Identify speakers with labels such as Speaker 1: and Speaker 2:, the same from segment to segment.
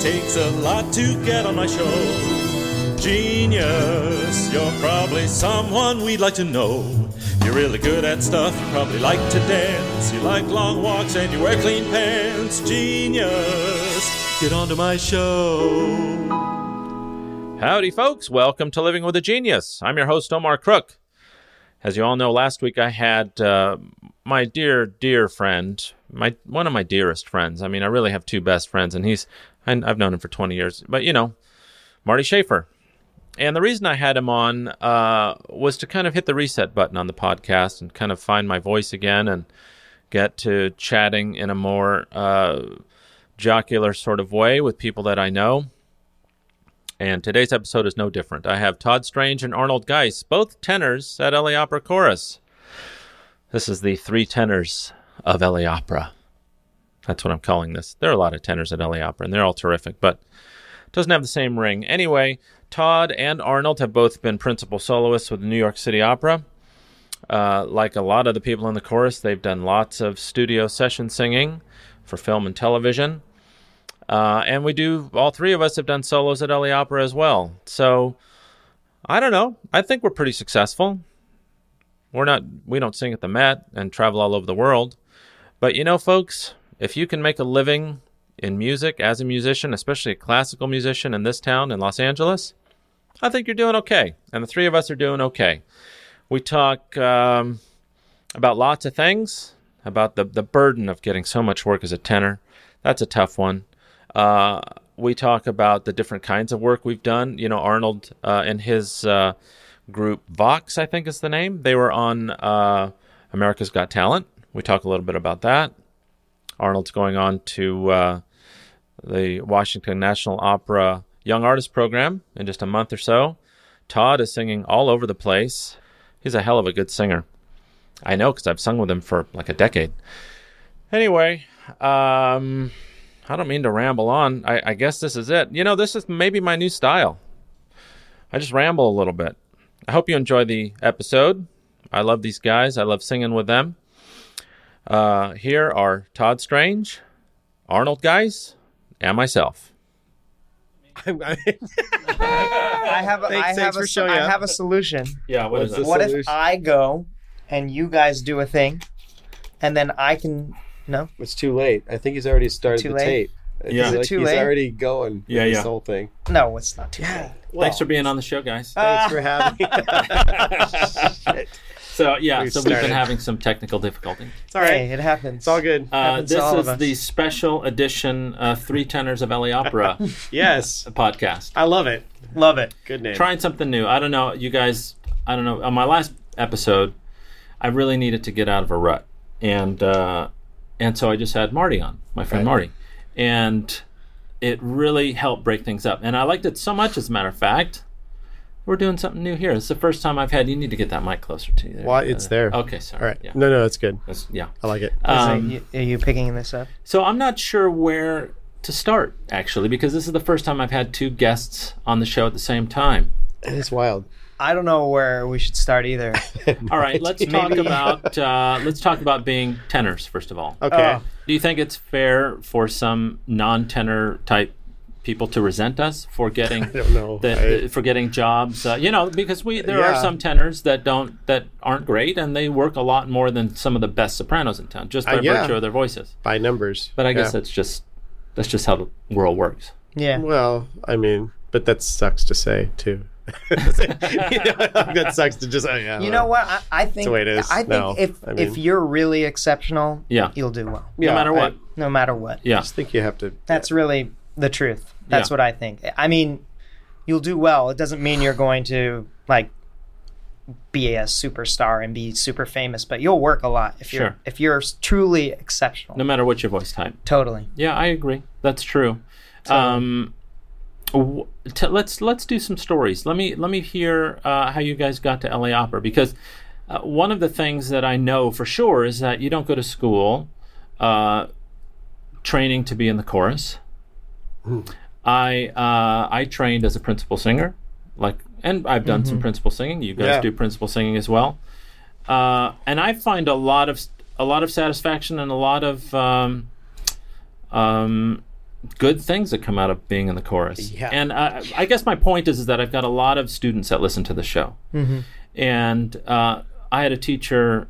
Speaker 1: takes a lot to get on my show. Genius, you're probably someone we'd like to know. You're really good at stuff, you probably like to dance. You like long walks and you wear clean pants. Genius, get onto my show.
Speaker 2: Howdy, folks. Welcome to Living with a Genius. I'm your host, Omar Crook. As you all know, last week I had uh, my dear, dear friend, my one of my dearest friends. I mean, I really have two best friends, and he's, and I've known him for 20 years, but you know, Marty Schaefer. And the reason I had him on uh, was to kind of hit the reset button on the podcast and kind of find my voice again and get to chatting in a more uh, jocular sort of way with people that I know. And today's episode is no different. I have Todd Strange and Arnold Geis, both tenors at LA Opera Chorus. This is the three tenors of LA Opera. That's what I'm calling this. There are a lot of tenors at LA Opera, and they're all terrific, but it doesn't have the same ring. Anyway, Todd and Arnold have both been principal soloists with the New York City Opera. Uh, like a lot of the people in the chorus, they've done lots of studio session singing for film and television. Uh, and we do, all three of us have done solos at LA Opera as well. So I don't know. I think we're pretty successful. We're not, we don't sing at the Met and travel all over the world. But you know, folks, if you can make a living in music as a musician, especially a classical musician in this town in Los Angeles, I think you're doing okay. And the three of us are doing okay. We talk um, about lots of things, about the, the burden of getting so much work as a tenor. That's a tough one. Uh, we talk about the different kinds of work we've done. You know, Arnold uh, and his uh, group Vox, I think is the name. They were on uh, America's Got Talent. We talk a little bit about that. Arnold's going on to uh, the Washington National Opera Young Artist Program in just a month or so. Todd is singing all over the place. He's a hell of a good singer. I know because I've sung with him for like a decade. Anyway, um, I don't mean to ramble on. I, I guess this is it. You know, this is maybe my new style. I just ramble a little bit. I hope you enjoy the episode. I love these guys. I love singing with them. Uh, here are Todd Strange, Arnold Geis, and myself.
Speaker 3: I'm, I'm,
Speaker 4: I have a,
Speaker 3: Thanks-
Speaker 4: I
Speaker 3: thanks
Speaker 4: have
Speaker 3: for
Speaker 4: a,
Speaker 3: showing
Speaker 4: I
Speaker 3: up.
Speaker 4: have a solution.
Speaker 2: Yeah,
Speaker 3: what is that?
Speaker 4: what if
Speaker 3: solution.
Speaker 4: I go and you guys do a thing, and then I can no?
Speaker 3: it's too late. I think he's already started
Speaker 4: Too
Speaker 3: the
Speaker 4: late?
Speaker 3: tape. I
Speaker 2: Yeah.
Speaker 3: feel
Speaker 2: Is
Speaker 4: it
Speaker 3: like
Speaker 4: too
Speaker 3: he's
Speaker 4: late?
Speaker 3: already going. with
Speaker 2: Yeah,
Speaker 3: this
Speaker 2: yeah.
Speaker 3: whole thing.
Speaker 4: No, it's not too late.
Speaker 2: Thanks for being on the show, guys.
Speaker 4: uh,
Speaker 3: Thanks for having. me.
Speaker 2: So yeah,
Speaker 3: We've
Speaker 2: so we've been
Speaker 3: started.
Speaker 2: having some technical difficulty.
Speaker 3: it's all right.
Speaker 4: Hey, it happens.
Speaker 3: It's all good.
Speaker 2: Uh,
Speaker 4: Happens to
Speaker 2: this
Speaker 4: all
Speaker 2: is
Speaker 4: of us.
Speaker 2: the special edition uh, Three Tenors of LA Opera
Speaker 3: yes,
Speaker 2: podcast.
Speaker 3: I love it.
Speaker 4: Love it.
Speaker 3: Good name.
Speaker 2: Trying something new. I don't know, you guys. I don't know. On my last episode, I really needed to get out of a rut, and uh, and so I just had Marty on, my friend
Speaker 3: Right.
Speaker 2: Marty, and it really helped break things up. And I liked it so much, as a matter of fact. We're doing something new here. It's the first time I've had. You need to get that mic closer to you.
Speaker 3: Why it's there?
Speaker 2: Okay, sorry.
Speaker 3: All right.
Speaker 2: Yeah.
Speaker 3: No, no, it's good.
Speaker 2: That's- yeah.
Speaker 3: I like it.
Speaker 2: Um,
Speaker 4: so you, are you picking this up?
Speaker 2: So I'm not sure where to start actually, because this is the first time I've had two guests on the show at the same time.
Speaker 3: it is wild.
Speaker 4: I don't know where we should start either.
Speaker 2: All right, let's talk
Speaker 4: Maybe-
Speaker 2: about uh, let's talk about being tenors first of all.
Speaker 3: Okay.
Speaker 4: Oh.
Speaker 2: Do you think it's fair for some non-tenor type people to resent us for getting
Speaker 3: I don't know.
Speaker 2: the,
Speaker 3: I-
Speaker 2: for getting jobs? Uh, you know, because we there are
Speaker 3: Yeah.
Speaker 2: some tenors that don't that aren't great, and they work a lot more than some of the best sopranos in town just by
Speaker 3: Uh, yeah.
Speaker 2: virtue of their voices.
Speaker 3: by numbers.
Speaker 2: But I guess
Speaker 3: Yeah.
Speaker 2: that's just that's just how the world works.
Speaker 4: Yeah.
Speaker 3: Well, I mean, but that sucks to say too. You know, that sucks to just. yeah, I don't
Speaker 4: You know what? I, I think
Speaker 3: the way it is
Speaker 4: I think
Speaker 3: now.
Speaker 4: if
Speaker 3: I
Speaker 4: if
Speaker 3: mean-
Speaker 4: you're really exceptional,
Speaker 2: Yeah.
Speaker 4: you'll do well,
Speaker 3: Yeah,
Speaker 2: no matter
Speaker 3: I-
Speaker 2: what.
Speaker 4: no matter what.
Speaker 2: yeah.
Speaker 3: I just think you have to.
Speaker 4: That's really the truth. That's
Speaker 2: Yeah.
Speaker 4: what I think. I mean, you'll do well. It doesn't mean you're going to like be a superstar and be super famous, but you'll work a lot if you're
Speaker 2: Sure.
Speaker 4: if you're truly exceptional.
Speaker 2: no matter what your voice type.
Speaker 4: Totally.
Speaker 2: Yeah, I agree. That's true. Um, w- t- let's let's do some stories. Let me let me hear uh, how you guys got to LA Opera because uh, one of the things that I know for sure is that you don't go to school uh, training to be in the chorus. I uh, I trained as a principal singer, like, and I've done some principal singing. You guys
Speaker 3: Yeah.
Speaker 2: do principal singing as well, uh, and I find a lot of a lot of satisfaction and a lot of um, um, good things that come out of being in the chorus.
Speaker 3: Yeah.
Speaker 2: And I, I guess my point is, is that I've got a lot of students that listen to the show.
Speaker 3: Mm-hmm.
Speaker 2: And uh, I had a teacher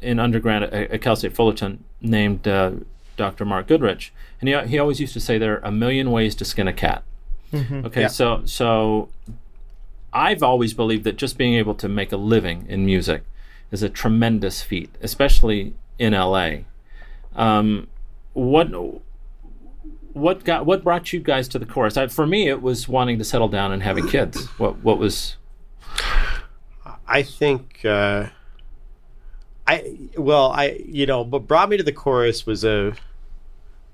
Speaker 2: in undergrad at, at Cal State Fullerton named uh, Dr. Mark Goodrich. And he, he always used to say, there are a million ways to skin a cat. Okay,
Speaker 3: Mm-hmm. Yeah.
Speaker 2: so so I've always believed that just being able to make a living in music is a tremendous feat, especially in LA. Um, what what got what brought you guys to the chorus? I, for me, it was wanting to settle down and having kids. What what was
Speaker 3: I think uh, I well I you know what brought me to the chorus was a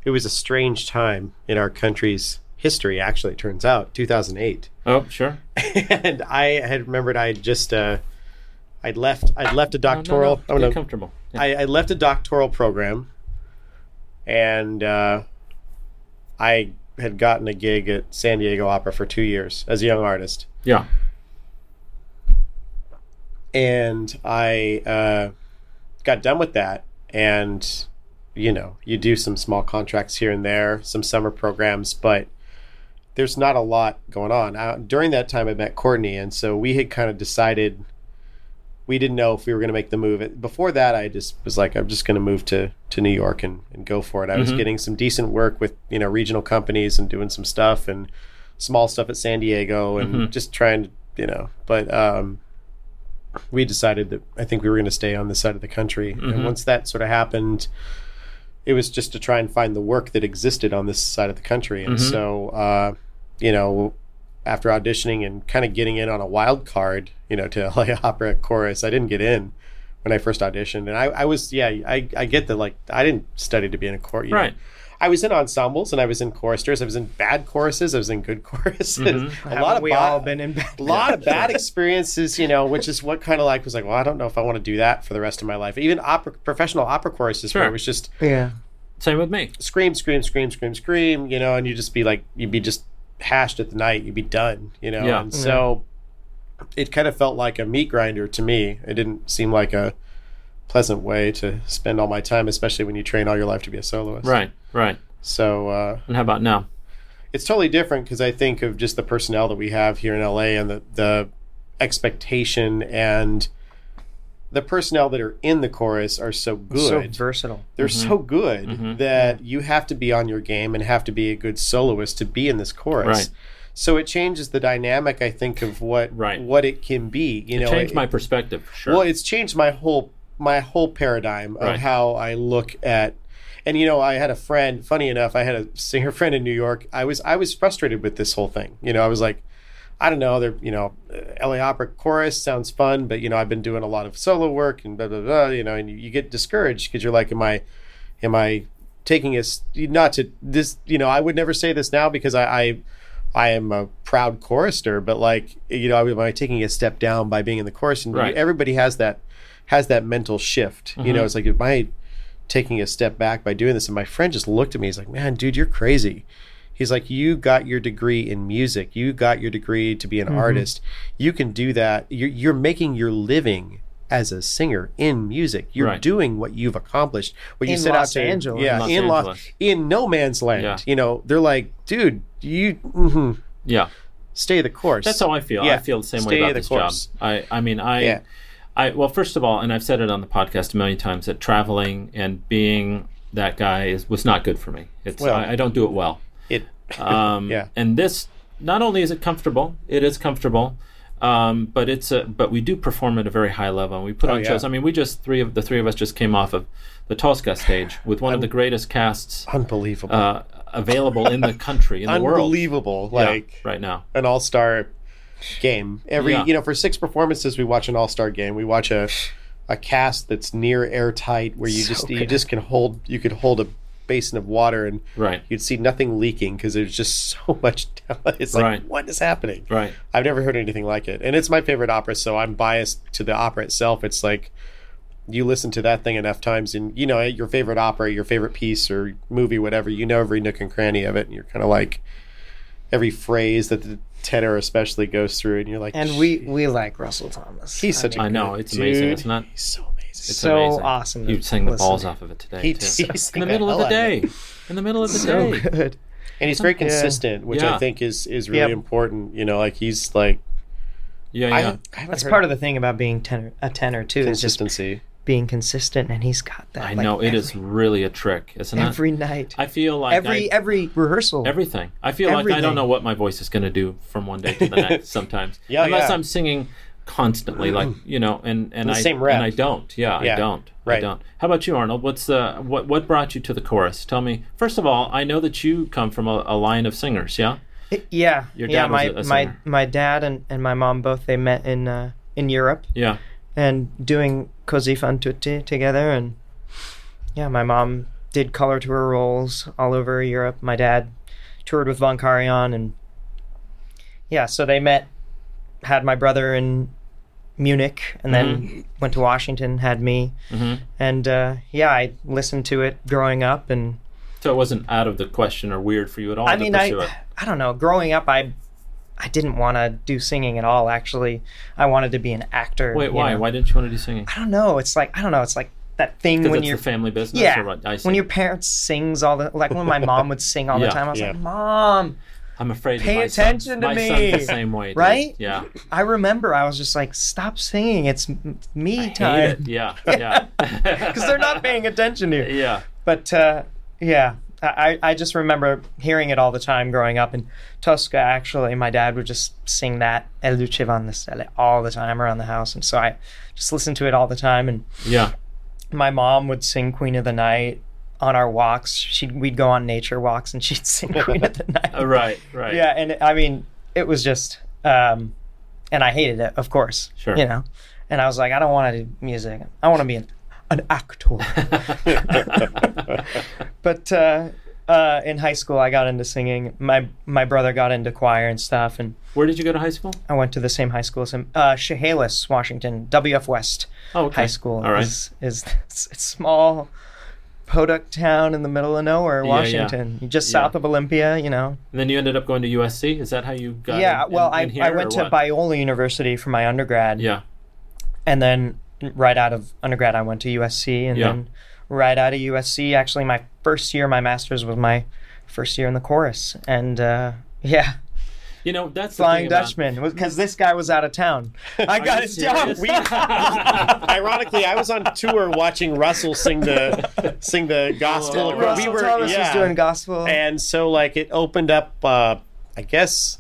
Speaker 3: it was a strange time in our country's history actually it turns out 2008
Speaker 2: oh sure
Speaker 3: and I had remembered I had just uh, I'd left I'd left a doctoral
Speaker 2: No, no, no. Get
Speaker 3: oh, no.
Speaker 2: comfortable. Yeah.
Speaker 3: I, I left a doctoral program, and uh, I had gotten a gig at San Diego Opera for two years as a young artist.
Speaker 2: yeah.
Speaker 3: And I uh, got done with that, and you know, you do some small contracts here and there, some summer programs, but there's not a lot going on. Uh, during that time, I met Courtney, and so we had kind of decided we didn't know if we were going to make the move. Before that, I just was like, I'm just going to move to to New York and, and go for it. I was getting some decent work with you know regional companies and doing some stuff and small stuff at San Diego and just trying to you know. But um, we decided that I think we were going to stay on this side of the country, and once that sort of happened. It was just to try and find the work that existed on this side of the country, and so uh, you know, after auditioning and kind of getting in on a wild card, you know, to LA Opera Chorus, I didn't get in when I first auditioned. And I, I was, yeah, I, I get that, like, I didn't study to be in a chorus. you know.
Speaker 2: Right.
Speaker 3: I was in ensembles and I was in choristers. I was in bad choruses. I was in good choruses.
Speaker 2: Mm-hmm.
Speaker 3: A lot of
Speaker 4: we
Speaker 3: bo-
Speaker 4: all been in bed?
Speaker 3: a lot of bad experiences, you know, which is what kind of like was like, well, I don't know if I want to do that for the rest of my life. Even opera, professional opera choruses, where
Speaker 2: Sure.
Speaker 3: it was just
Speaker 4: Yeah.
Speaker 2: Same with me.
Speaker 3: scream, scream, scream, scream, scream, you know, and you'd just be like, you'd be just hashed at the night, you'd be done, you know?
Speaker 2: Yeah.
Speaker 3: And so it kind of felt like a meat grinder to me. It didn't seem like a pleasant way to spend all my time, especially when you train all your life to be a soloist.
Speaker 2: Right. Right.
Speaker 3: So uh,
Speaker 2: And how about now?
Speaker 3: it's totally different because I think of just the personnel that we have here in LA and the, the expectation and the personnel that are in the chorus are so good
Speaker 4: So versatile.
Speaker 3: they're
Speaker 2: mm-hmm.
Speaker 3: so good that you have to be on your game and have to be a good soloist to be in this chorus.
Speaker 2: Right.
Speaker 3: So it changes the dynamic, I think, of what
Speaker 2: Right.
Speaker 3: what it can be. You know,
Speaker 2: Changed
Speaker 3: It-
Speaker 2: my perspective. Sure.
Speaker 3: well, it's changed my whole my whole paradigm of
Speaker 2: Right.
Speaker 3: how I look at. And you know, I had a friend. Funny enough, I had a singer friend in New York. I was I was frustrated with this whole thing. You know, I was like, I don't know. They're you know, uh, LA Opera Chorus sounds fun, but you know, I've been doing a lot of solo work and blah blah blah. You know, and you, you get discouraged because you're like, am I, am I taking us not to this? You know, I would never say this now because I. I I am a proud chorister, but like you know, I was am I taking a step down by being in the chorus, and
Speaker 2: Right. Mm-hmm.
Speaker 3: everybody has that has that mental shift. You know, it's like am I taking a step back by doing this? And my friend just looked at me. He's like, "Man, dude, you're crazy." He's like, "You got your degree in music. You got your degree to be
Speaker 2: Mm-hmm.
Speaker 3: an artist. You can do that. You're, you're making your living." As a singer in music, you're
Speaker 2: Right.
Speaker 3: doing what you've accomplished, what you
Speaker 4: In
Speaker 3: set
Speaker 4: Los
Speaker 3: out to,
Speaker 4: Angeles.
Speaker 3: yeah,
Speaker 2: Los
Speaker 3: in Los,
Speaker 2: Angeles.
Speaker 3: in no man's land.
Speaker 2: Yeah.
Speaker 3: You know, they're like, dude, you, mhm
Speaker 2: yeah.
Speaker 3: stay the course.
Speaker 2: That's how I feel. I
Speaker 3: Yeah.
Speaker 2: feel the same
Speaker 3: Stay
Speaker 2: way about
Speaker 3: the
Speaker 2: this
Speaker 3: course.
Speaker 2: job. I, I mean, I,
Speaker 3: Yeah.
Speaker 2: I, well, first of all, and I've said it on the podcast a million times that traveling and being that guy is was not good for me. It's
Speaker 3: Well-
Speaker 2: I, I don't do it well.
Speaker 3: it.
Speaker 2: Um,
Speaker 3: Yeah.
Speaker 2: And this, not only is it comfortable, it is comfortable, um, but it's a but we do perform at a very high level. And we put on
Speaker 3: Oh, yeah.
Speaker 2: shows. I mean, we just three of the three of us just came off of the Tosca stage with one of the greatest casts
Speaker 3: Unbelievable.
Speaker 2: uh, available in the country in the world.
Speaker 3: Unbelievable.
Speaker 2: Yeah,
Speaker 3: Like
Speaker 2: right now.
Speaker 3: an all star game. Every
Speaker 2: Yeah.
Speaker 3: you know, for six performances we watch an all star game. We watch a a cast that's near airtight where you just you just can hold you could hold a basin of water and
Speaker 2: Right.
Speaker 3: you'd see nothing leaking because there's just so much talent. It's like
Speaker 2: Right.
Speaker 3: what is happening?
Speaker 2: Right.
Speaker 3: I've never heard anything like it. And it's my favorite opera, so I'm biased to the opera itself. It's like you listen to that thing enough times and you know your favorite opera, your favorite piece or movie, whatever, you know every nook and cranny of it and you're kinda like every phrase that the tenor especially goes through and you're like
Speaker 4: And we we like Russell Thomas.
Speaker 3: he's such
Speaker 2: I
Speaker 3: a
Speaker 2: know,
Speaker 3: good
Speaker 2: it's amazing,
Speaker 3: dude.
Speaker 2: isn't it?
Speaker 3: He's so amazing.
Speaker 2: It's
Speaker 4: so
Speaker 2: amazing.
Speaker 4: awesome. to
Speaker 2: You sang the
Speaker 4: listen
Speaker 2: balls
Speaker 4: to.
Speaker 2: off of it today.
Speaker 3: He
Speaker 2: too.
Speaker 3: he sang
Speaker 2: in the middle of the
Speaker 3: hell out
Speaker 2: day. In the middle of the
Speaker 4: So
Speaker 2: day.
Speaker 4: good.
Speaker 3: and he's very
Speaker 2: Yeah.
Speaker 3: consistent, which
Speaker 2: Yeah.
Speaker 3: I think is is really
Speaker 4: Yep.
Speaker 3: important. You know, like he's like
Speaker 2: Yeah,
Speaker 3: I,
Speaker 2: yeah.
Speaker 3: I haven't
Speaker 4: That's
Speaker 3: heard
Speaker 4: part of the thing about being tenor, a tenor too, is just
Speaker 3: consistency.
Speaker 4: being consistent, and he's got that.
Speaker 2: I
Speaker 4: like,
Speaker 2: know it
Speaker 4: every,
Speaker 2: is really a trick, isn't
Speaker 4: every
Speaker 2: it?
Speaker 4: night,
Speaker 2: I feel like
Speaker 4: every
Speaker 2: I,
Speaker 4: every rehearsal.
Speaker 2: everything. I feel like I don't
Speaker 4: everything.
Speaker 2: know what my voice is going to do from one day to the next. Sometimes,
Speaker 3: Yeah,
Speaker 2: unless
Speaker 3: yeah.
Speaker 2: I'm singing constantly, like you know, and and
Speaker 3: The
Speaker 2: I
Speaker 3: same rep.
Speaker 2: and I don't. Yeah, I
Speaker 3: Yeah,
Speaker 2: don't. I
Speaker 3: right.
Speaker 2: don't. How about you, Arnold? What's uh, what what brought you to the chorus? Tell me. First of all, I know that you come from a, a line of singers. Yeah.
Speaker 4: It- yeah,
Speaker 2: Your
Speaker 4: yeah.
Speaker 2: dad
Speaker 4: My
Speaker 2: was a- a
Speaker 4: my
Speaker 2: singer.
Speaker 4: my dad and, and my mom both they met in uh, in Europe
Speaker 2: Yeah.
Speaker 4: and doing Così fan tutti together, and yeah, my mom did color tour roles all over Europe. My dad toured with Von Karajan, and yeah, so they met. Had my brother in Munich, and
Speaker 2: Mm-hmm.
Speaker 4: then went to Washington. Had me,
Speaker 2: hmm
Speaker 4: and uh, yeah, I listened to it growing up, and
Speaker 2: So it wasn't out of the question or weird for you at all
Speaker 4: I
Speaker 2: to
Speaker 4: mean,
Speaker 2: pursue
Speaker 4: I
Speaker 2: it.
Speaker 4: I don't know. Growing up, I I didn't want to do singing at all. Actually, I wanted to be an actor.
Speaker 2: Wait,
Speaker 4: you
Speaker 2: why?
Speaker 4: know.
Speaker 2: Why didn't you want to do singing?
Speaker 4: I don't know. It's like I don't know. It's like that thing
Speaker 2: Because
Speaker 4: when
Speaker 2: it's
Speaker 4: your
Speaker 2: the family business.
Speaker 4: yeah
Speaker 2: Or what? I see.
Speaker 4: when your parents sings all the like when my mom would sing all
Speaker 2: Yeah,
Speaker 4: the time. I was
Speaker 3: yeah.
Speaker 4: like, Mom,
Speaker 2: I'm afraid.
Speaker 4: Pay
Speaker 2: my son-
Speaker 4: attention to
Speaker 2: my
Speaker 4: me.
Speaker 2: son's the same way, dude.
Speaker 4: Right?
Speaker 2: Yeah.
Speaker 4: I remember. I was just like, Stop singing. It's m- me
Speaker 2: Hate it.
Speaker 4: time
Speaker 2: Yeah. Yeah.
Speaker 4: because they're not paying attention to you.
Speaker 2: Yeah.
Speaker 4: But uh, yeah, I, I I just remember hearing it all the time growing up in Tosca. Actually, my dad would just sing that El Duce van the Stelle all the time around the house, and so I just listened to it all the time. And
Speaker 2: Yeah.
Speaker 4: my mom would sing Queen of the Night on our walks. She we'd go on nature walks, and she'd sing Queen of the Night.
Speaker 2: Uh, right. Right.
Speaker 4: Yeah, and I mean, it was just, um, and I hated it, of course.
Speaker 2: Sure.
Speaker 4: You know, and I was like, I don't want to do music. I want to be an an actor. but uh, uh, in high school, I got into singing. My my brother got into choir and stuff, and
Speaker 2: Where did you go to high school?
Speaker 4: I went to the same high school as him. Uh, Chehalis, Washington, WF West
Speaker 2: Oh, okay.
Speaker 4: High School.
Speaker 2: All right.
Speaker 4: is, is it's a small podunk town in the middle of nowhere,
Speaker 2: Yeah, yeah.
Speaker 4: Washington, just
Speaker 2: Yeah.
Speaker 4: south of Olympia. You know,
Speaker 2: and then you ended up going to USC. Is that how you got?
Speaker 4: yeah.
Speaker 2: in- in-
Speaker 4: well,
Speaker 2: in
Speaker 4: I
Speaker 2: here,
Speaker 4: I
Speaker 2: or
Speaker 4: went to
Speaker 2: what?
Speaker 4: Biola University for my undergrad,
Speaker 2: Yeah.
Speaker 4: and then right out of undergrad, I went to USC, and
Speaker 2: Yeah.
Speaker 4: then right out of USC, actually, my first year, my master's was my first year in the chorus, and uh, yeah.
Speaker 2: You know that's the
Speaker 4: Flying
Speaker 2: thing about-
Speaker 4: Dutchman because this guy was out of town. I
Speaker 2: Are
Speaker 4: got
Speaker 2: you
Speaker 4: his
Speaker 2: serious?
Speaker 4: job.
Speaker 3: Ironically, I was on tour watching Russell sing the sing the gospel.
Speaker 2: Oh.
Speaker 3: We
Speaker 4: Russell
Speaker 3: were-
Speaker 4: Thomas
Speaker 3: yeah.
Speaker 4: was doing gospel.
Speaker 3: and so like it opened up, uh, I guess,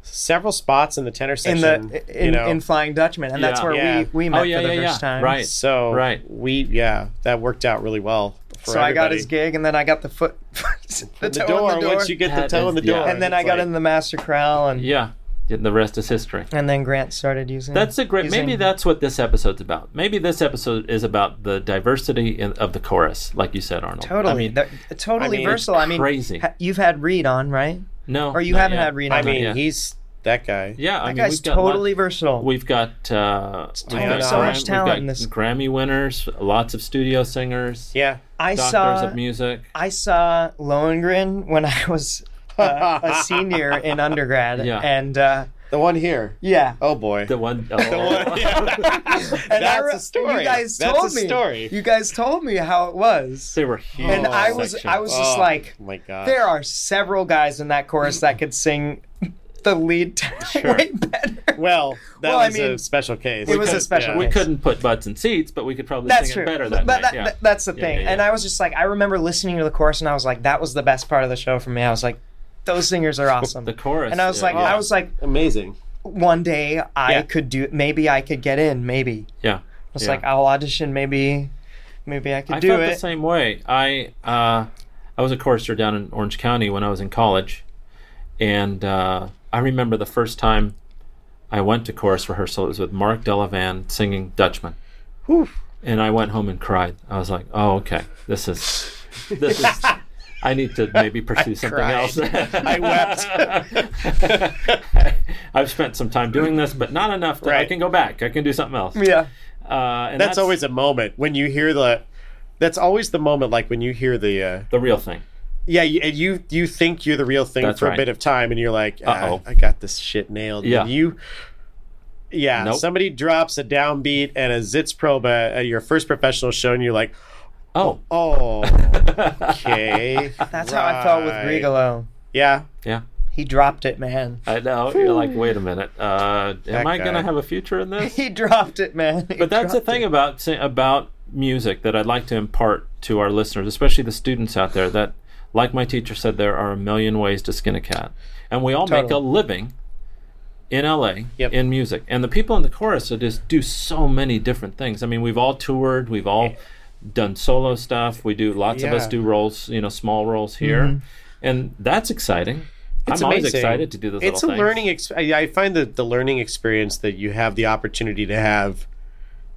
Speaker 3: several spots in the tenor
Speaker 4: in
Speaker 3: section.
Speaker 4: the in,
Speaker 3: you know,
Speaker 4: in Flying Dutchman, and that's
Speaker 2: Yeah.
Speaker 4: where
Speaker 3: Yeah.
Speaker 4: we we
Speaker 2: Oh,
Speaker 4: met
Speaker 2: yeah,
Speaker 4: for the
Speaker 2: yeah,
Speaker 4: first
Speaker 2: yeah.
Speaker 4: time.
Speaker 2: Right.
Speaker 3: so
Speaker 2: Right.
Speaker 3: we yeah that worked out really well. For
Speaker 4: So I got his
Speaker 3: everybody.
Speaker 4: gig, and then I got the foot, the,
Speaker 3: the
Speaker 4: toe in
Speaker 3: door,
Speaker 4: the door,
Speaker 3: once you get
Speaker 2: That
Speaker 3: the toe
Speaker 2: is-
Speaker 3: in the
Speaker 2: yeah.
Speaker 3: door.
Speaker 4: and then I
Speaker 3: it's
Speaker 4: got
Speaker 3: like-
Speaker 4: in the Master Corral, and
Speaker 2: Yeah. Yeah, The rest is history.
Speaker 4: and then Grant started using.
Speaker 2: That's a great.
Speaker 4: using-
Speaker 2: Maybe that's what this episode's about. Maybe this episode is about the diversity in, of the chorus, like you said, Arnold.
Speaker 4: totally
Speaker 2: I mean,
Speaker 4: they're- totally
Speaker 3: I mean, it's
Speaker 4: versatile. I mean,
Speaker 2: crazy.
Speaker 4: ha- you've had Reed on, right?
Speaker 2: no,
Speaker 4: Or you
Speaker 2: not
Speaker 4: haven't
Speaker 2: yet.
Speaker 4: had Reed on?
Speaker 3: I
Speaker 4: right?
Speaker 3: mean,
Speaker 2: Yeah.
Speaker 3: he's that guy.
Speaker 2: Yeah, I
Speaker 4: that
Speaker 2: mean,
Speaker 4: guy's
Speaker 2: we've got lot-
Speaker 4: totally versatile.
Speaker 2: We've got uh, we've
Speaker 3: totally-
Speaker 2: got
Speaker 3: so much
Speaker 2: Grammy-
Speaker 4: talent
Speaker 2: we've got
Speaker 4: in this-
Speaker 2: Grammy winners, lots of studio singers,
Speaker 3: Yeah.
Speaker 4: I
Speaker 2: doctors
Speaker 4: saw
Speaker 2: of music.
Speaker 4: I saw Lohengrin when I was uh, a senior in undergrad,
Speaker 2: Yeah.
Speaker 4: and uh,
Speaker 3: The one here.
Speaker 4: yeah,
Speaker 3: Oh boy.
Speaker 2: The one, oh,
Speaker 4: and I
Speaker 3: That's
Speaker 4: re-
Speaker 3: a story.
Speaker 4: You guys
Speaker 3: That's
Speaker 4: told
Speaker 3: a
Speaker 4: me.
Speaker 3: story.
Speaker 4: You guys told me how it was,
Speaker 2: they were huge.
Speaker 4: and I was
Speaker 2: section.
Speaker 4: I was just like,
Speaker 3: oh my god.
Speaker 4: there are several guys in that chorus that could sing the lead
Speaker 2: Sure.
Speaker 4: way better.
Speaker 3: Well, that
Speaker 4: Well, I
Speaker 3: was
Speaker 4: mean,
Speaker 3: a special case.
Speaker 4: it was a special
Speaker 2: we
Speaker 4: case.
Speaker 2: couldn't put butts in seats, but we could probably
Speaker 4: That's
Speaker 2: sing
Speaker 4: true.
Speaker 2: it better that
Speaker 4: but
Speaker 2: night.
Speaker 4: that,
Speaker 2: yeah.
Speaker 4: that- that's the
Speaker 2: Yeah,
Speaker 4: thing.
Speaker 2: yeah, yeah.
Speaker 4: And I was just like, I remember listening to the chorus, and I was like, that was the best part of the show for me. I was like, those singers are awesome.
Speaker 2: the chorus,
Speaker 4: and I was
Speaker 2: yeah,
Speaker 4: like,
Speaker 2: yeah.
Speaker 4: I was like,
Speaker 3: Amazing.
Speaker 4: one day I
Speaker 3: Yeah.
Speaker 4: could do. Maybe I could get in. Maybe
Speaker 2: yeah,
Speaker 4: I was
Speaker 2: yeah.
Speaker 4: like, I'll audition. Maybe, maybe I could
Speaker 2: I
Speaker 4: do
Speaker 2: felt
Speaker 4: it.
Speaker 2: the same way. I uh, I was a chorister down in Orange County when I was in college, and uh, I remember the first time I went to chorus rehearsal. It was with Mark Delavan singing Dutchman, and I went home and cried. I was like, "Oh, okay, this is this is." I need to maybe pursue something
Speaker 3: cried.
Speaker 2: else.
Speaker 3: I wept.
Speaker 2: I've spent some time doing this, but not enough that I
Speaker 3: Right.
Speaker 2: can go back. I can do something else.
Speaker 4: Yeah,
Speaker 2: Uh, and
Speaker 3: That's always a moment when you hear the. That's always the moment, like when you hear the. Uh,
Speaker 2: the real thing.
Speaker 3: yeah, you, and you you think you're the real thing
Speaker 2: That's
Speaker 3: for
Speaker 2: right.
Speaker 3: a bit of time, and you're like,
Speaker 2: Uh-oh.
Speaker 3: ah, I got this shit nailed.
Speaker 2: Yeah.
Speaker 3: And you. Yeah,
Speaker 2: Nope.
Speaker 3: somebody drops a downbeat and a zitz proba at your first professional show, and you're like,
Speaker 2: Oh,
Speaker 3: Oh, okay.
Speaker 4: That's how I felt with
Speaker 3: Right.
Speaker 4: Rigolo.
Speaker 3: Yeah.
Speaker 2: yeah.
Speaker 4: He dropped it, man.
Speaker 2: I know. You're like, wait a minute. Uh, am I
Speaker 3: guy.
Speaker 2: going to have a future in this?
Speaker 4: He dropped it, man. He
Speaker 2: but that's the
Speaker 4: dropped
Speaker 2: thing
Speaker 4: it.
Speaker 2: about si- about music that I'd like to impart to our listeners, especially the students out there. That, like my teacher said, there are a million ways to skin a cat, and we all make a
Speaker 4: Totally.
Speaker 2: living in LA
Speaker 3: Yep.
Speaker 2: in music. And the people in the chorus that just do so many different things. I mean, we've all toured, we've all done solo stuff. We do lots of us
Speaker 3: Yeah. Mm-hmm.
Speaker 2: do roles, you know, small roles here, and that's exciting.
Speaker 3: It's
Speaker 2: I'm always
Speaker 3: amazing.
Speaker 2: excited to do this.
Speaker 3: It's a
Speaker 2: little things.
Speaker 3: learning. Ex- I I find that the learning experience that you have the opportunity to have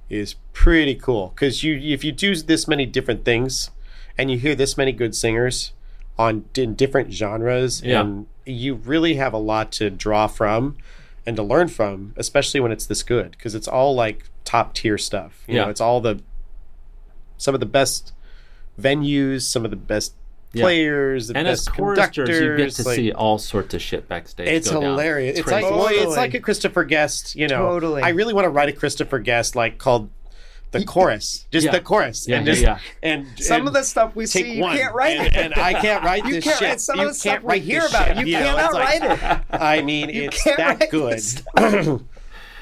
Speaker 3: is pretty cool because you, if you do this many different things, and you hear this many good singers on in different genres,
Speaker 2: Yeah.
Speaker 3: and you really have a lot to draw from and to learn from, especially when it's this good because it's all like top tier stuff. You
Speaker 2: Yeah.
Speaker 3: know, it's all the some of the best venues, some of the best.
Speaker 2: Yeah.
Speaker 3: Players the
Speaker 2: And as
Speaker 3: best
Speaker 2: choristers, you get
Speaker 3: conductors,
Speaker 2: to
Speaker 3: like-
Speaker 2: see all sorts of shit backstage.
Speaker 3: it's
Speaker 2: go down.
Speaker 3: hilarious. It's, like
Speaker 2: crazy.
Speaker 3: well, it's
Speaker 4: Totally.
Speaker 3: like a Christopher Guest. You know,
Speaker 4: Totally.
Speaker 3: I really want to write a Christopher Guest like called the chorus, just
Speaker 2: Yeah.
Speaker 3: the chorus,
Speaker 2: Yeah,
Speaker 3: and
Speaker 2: yeah,
Speaker 3: just
Speaker 2: yeah.
Speaker 3: and
Speaker 4: Some
Speaker 3: and
Speaker 4: of the stuff we
Speaker 3: take
Speaker 4: see, you
Speaker 3: one,
Speaker 4: can't write
Speaker 3: and,
Speaker 4: it.
Speaker 3: and I can't write
Speaker 4: You
Speaker 3: this
Speaker 4: can't
Speaker 3: shit.
Speaker 4: write some
Speaker 3: you
Speaker 4: of the stuff
Speaker 3: can't
Speaker 4: we
Speaker 3: write
Speaker 4: hear
Speaker 3: this
Speaker 4: about.
Speaker 3: shit.
Speaker 4: You
Speaker 3: know,
Speaker 4: cannot
Speaker 3: it's like-
Speaker 4: write it.
Speaker 3: I mean,
Speaker 4: You
Speaker 3: it's
Speaker 4: can't
Speaker 3: that
Speaker 4: write
Speaker 3: good.
Speaker 4: this stuff.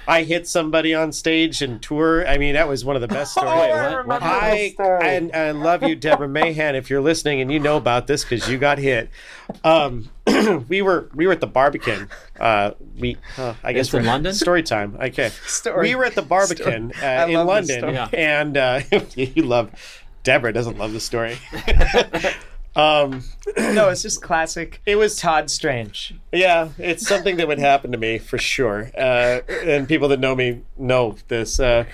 Speaker 3: I hit somebody on stage and tour. I mean, that was one of the best stories.
Speaker 2: Wait,
Speaker 4: Oh, I
Speaker 2: what?
Speaker 4: remember
Speaker 2: What happened?
Speaker 3: I and I love you, Deborah Mahan. If you're listening and you know about this because you got hit, um, we were we were at the Barbican. Uh, we uh, I guess
Speaker 2: It's in
Speaker 3: we're-
Speaker 2: London?
Speaker 3: Story time. Okay,
Speaker 4: Story.
Speaker 3: We were at the Barbican uh, in
Speaker 4: love
Speaker 3: London,
Speaker 4: this story.
Speaker 2: Yeah.
Speaker 3: and uh, you love Deborah doesn't love the story. um,
Speaker 4: No, it's just classic.
Speaker 3: it was
Speaker 4: Todd Strange.
Speaker 3: yeah, it's something that would happen to me for sure. Uh, and people that know me know this. Uh,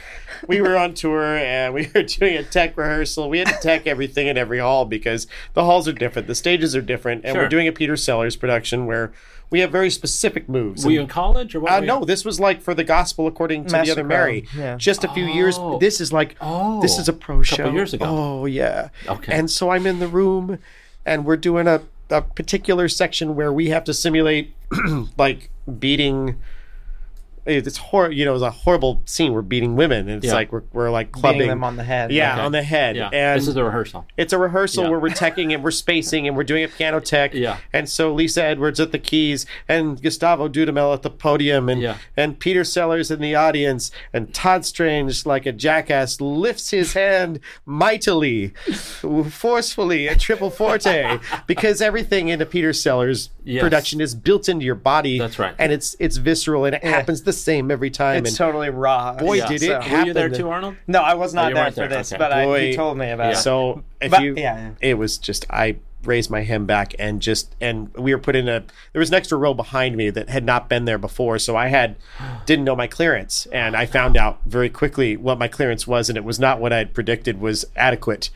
Speaker 3: we were on tour and we were doing a tech rehearsal. We had to tech everything in every hall because the halls are different, the stages are different, and
Speaker 2: Sure.
Speaker 3: we're doing a Peter Sellers production where we have very specific moves.
Speaker 2: Were
Speaker 3: And-
Speaker 2: you in college or what?
Speaker 3: uh,
Speaker 2: were you-
Speaker 3: no, this was like for the gospel according to
Speaker 4: Master
Speaker 3: the other
Speaker 4: Crow,
Speaker 3: Mary.
Speaker 4: yeah.
Speaker 3: Just a few years.
Speaker 2: Oh.
Speaker 3: This is like
Speaker 2: Oh.
Speaker 3: this is a pro show.
Speaker 2: years ago.
Speaker 3: Oh yeah.
Speaker 2: Okay.
Speaker 3: And so I'm in the room, and we're doing a a particular section where we have to simulate like beating. It's horror. You know, it was a horrible scene. We're beating women, and it's
Speaker 2: Yeah.
Speaker 3: like we're, we're like clubbing
Speaker 4: Beating them on the head.
Speaker 3: Yeah,
Speaker 2: Okay.
Speaker 3: on the head.
Speaker 2: Yeah,
Speaker 3: And
Speaker 2: this is a rehearsal.
Speaker 3: it's a rehearsal
Speaker 2: Yeah.
Speaker 3: where we're teching and we're spacing and we're doing a piano tech.
Speaker 2: Yeah.
Speaker 3: And so Lisa Edwards at the keys and Gustavo Dudamel at the podium and
Speaker 2: Yeah.
Speaker 3: and Peter Sellers in the audience and Todd Strange like a jackass lifts his hand mightily, forcefully at triple forte because everything in a Peter Sellers
Speaker 2: Yes.
Speaker 3: production is built into your body.
Speaker 2: That's right.
Speaker 3: And it's it's visceral and it happens the same every time.
Speaker 4: It's
Speaker 3: and
Speaker 4: totally raw.
Speaker 3: Boy,
Speaker 2: Yeah.
Speaker 3: did it Oh,
Speaker 4: So-
Speaker 3: happen.
Speaker 2: Were you there
Speaker 3: to-
Speaker 2: too, Arnold?
Speaker 4: No, I was not
Speaker 2: you
Speaker 4: there
Speaker 2: weren't
Speaker 4: for
Speaker 2: there,
Speaker 4: this,
Speaker 2: okay.
Speaker 4: but I,
Speaker 3: Boy.
Speaker 4: he told me about
Speaker 2: Yeah.
Speaker 4: it.
Speaker 3: So if
Speaker 4: But-
Speaker 3: you,
Speaker 4: yeah, yeah.
Speaker 3: it was just I raised my hem back and just and we were put in a there was an extra row behind me that had not been there before, so I had didn't know my clearance and I found out very quickly what my clearance was and it was not what I had predicted was adequate.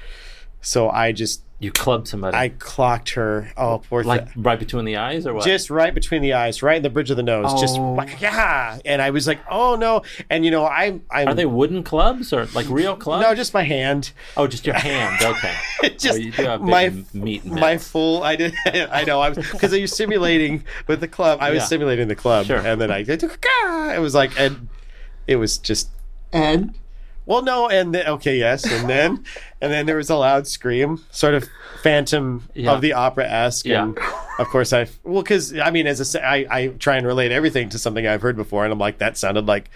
Speaker 3: So I just
Speaker 2: You clubbed somebody.
Speaker 3: I clocked her. Oh, poor thing.
Speaker 2: like right between the eyes or what?
Speaker 3: Just right between the eyes, right in the bridge of the nose. Just
Speaker 2: Oh.
Speaker 3: like yeah, and I was like, oh no, and you know I'm I'm
Speaker 2: Are they wooden clubs or like real clubs?
Speaker 3: no, just my hand.
Speaker 2: oh, just your hand. Okay.
Speaker 3: just
Speaker 2: Oh, you do have big
Speaker 3: my
Speaker 2: m- meat and
Speaker 3: my
Speaker 2: nuts.
Speaker 3: full I did I know I was because you're simulating with the club I was
Speaker 2: Yeah.
Speaker 3: simulating the club
Speaker 2: Sure.
Speaker 3: and then I it was like and it was just
Speaker 4: and
Speaker 3: well no and then, okay yes and then and then there was a loud scream sort of phantom
Speaker 2: Yeah.
Speaker 3: of the opera esque
Speaker 2: Yeah.
Speaker 3: and of course I well because I mean as a sa- I I try and relate everything to something I've heard before and I'm like that sounded like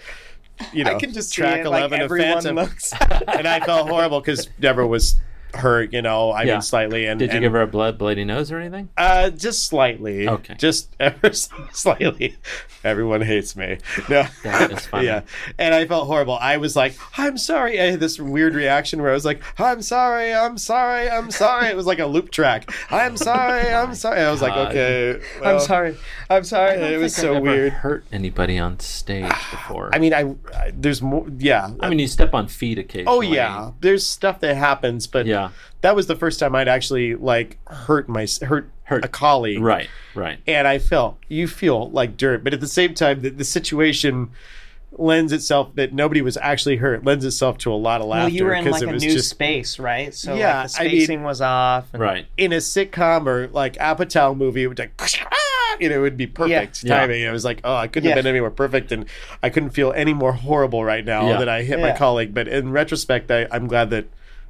Speaker 3: you know
Speaker 4: I can just see
Speaker 3: track
Speaker 4: it, like,
Speaker 3: eleven of
Speaker 4: everyone
Speaker 3: Phantom
Speaker 4: looks-
Speaker 3: and I felt horrible because Deborah was hurt you know I
Speaker 2: Yeah.
Speaker 3: mean slightly and
Speaker 2: Did you
Speaker 3: and-
Speaker 2: give her a blood bloody nose or anything?
Speaker 3: uh, just slightly.
Speaker 2: Okay.
Speaker 3: Just ever so slightly. Everyone hates me. No.
Speaker 2: That is funny.
Speaker 3: yeah. And I felt horrible. I was like, I'm sorry. I had this weird reaction where I was like, I'm sorry. I'm sorry. I'm sorry. It was like a loop track. I'm sorry. I'm sorry. I was like,
Speaker 2: Oh God.
Speaker 3: okay.
Speaker 4: I'm
Speaker 3: well,
Speaker 4: sorry. Uh, I'm sorry.
Speaker 3: It was
Speaker 2: I've
Speaker 3: so
Speaker 2: never
Speaker 3: weird.
Speaker 2: Hurt anybody on stage before?
Speaker 3: I mean, I, I there's more. Yeah.
Speaker 2: I mean, you step on feet occasionally.
Speaker 3: oh yeah. There's stuff that happens, but
Speaker 2: Yeah.
Speaker 3: that was the first time I'd actually like hurt my hurt,
Speaker 2: Hurt.
Speaker 3: a colleague.
Speaker 2: Right. Right.
Speaker 3: and I felt you feel like dirt, but at the same time, the, the situation lends itself that nobody was actually hurt lends itself to a lot of
Speaker 4: Well,
Speaker 3: laughter
Speaker 4: you were in like
Speaker 3: it
Speaker 4: a
Speaker 3: was
Speaker 4: new
Speaker 3: just
Speaker 4: space, right? So
Speaker 3: Yeah,
Speaker 4: like, the
Speaker 3: I mean-
Speaker 4: spacing was off. and-
Speaker 2: Right.
Speaker 3: in a sitcom or like Apatow movie. It would like. ah, You know, it would be perfect
Speaker 2: Yeah.
Speaker 3: timing. It was like, oh, I couldn't
Speaker 4: Yeah.
Speaker 3: have been any more perfect, and I couldn't feel any more horrible right now
Speaker 2: Yeah.
Speaker 3: that I hit
Speaker 4: Yeah.
Speaker 3: my colleague. But in retrospect, I, I'm glad that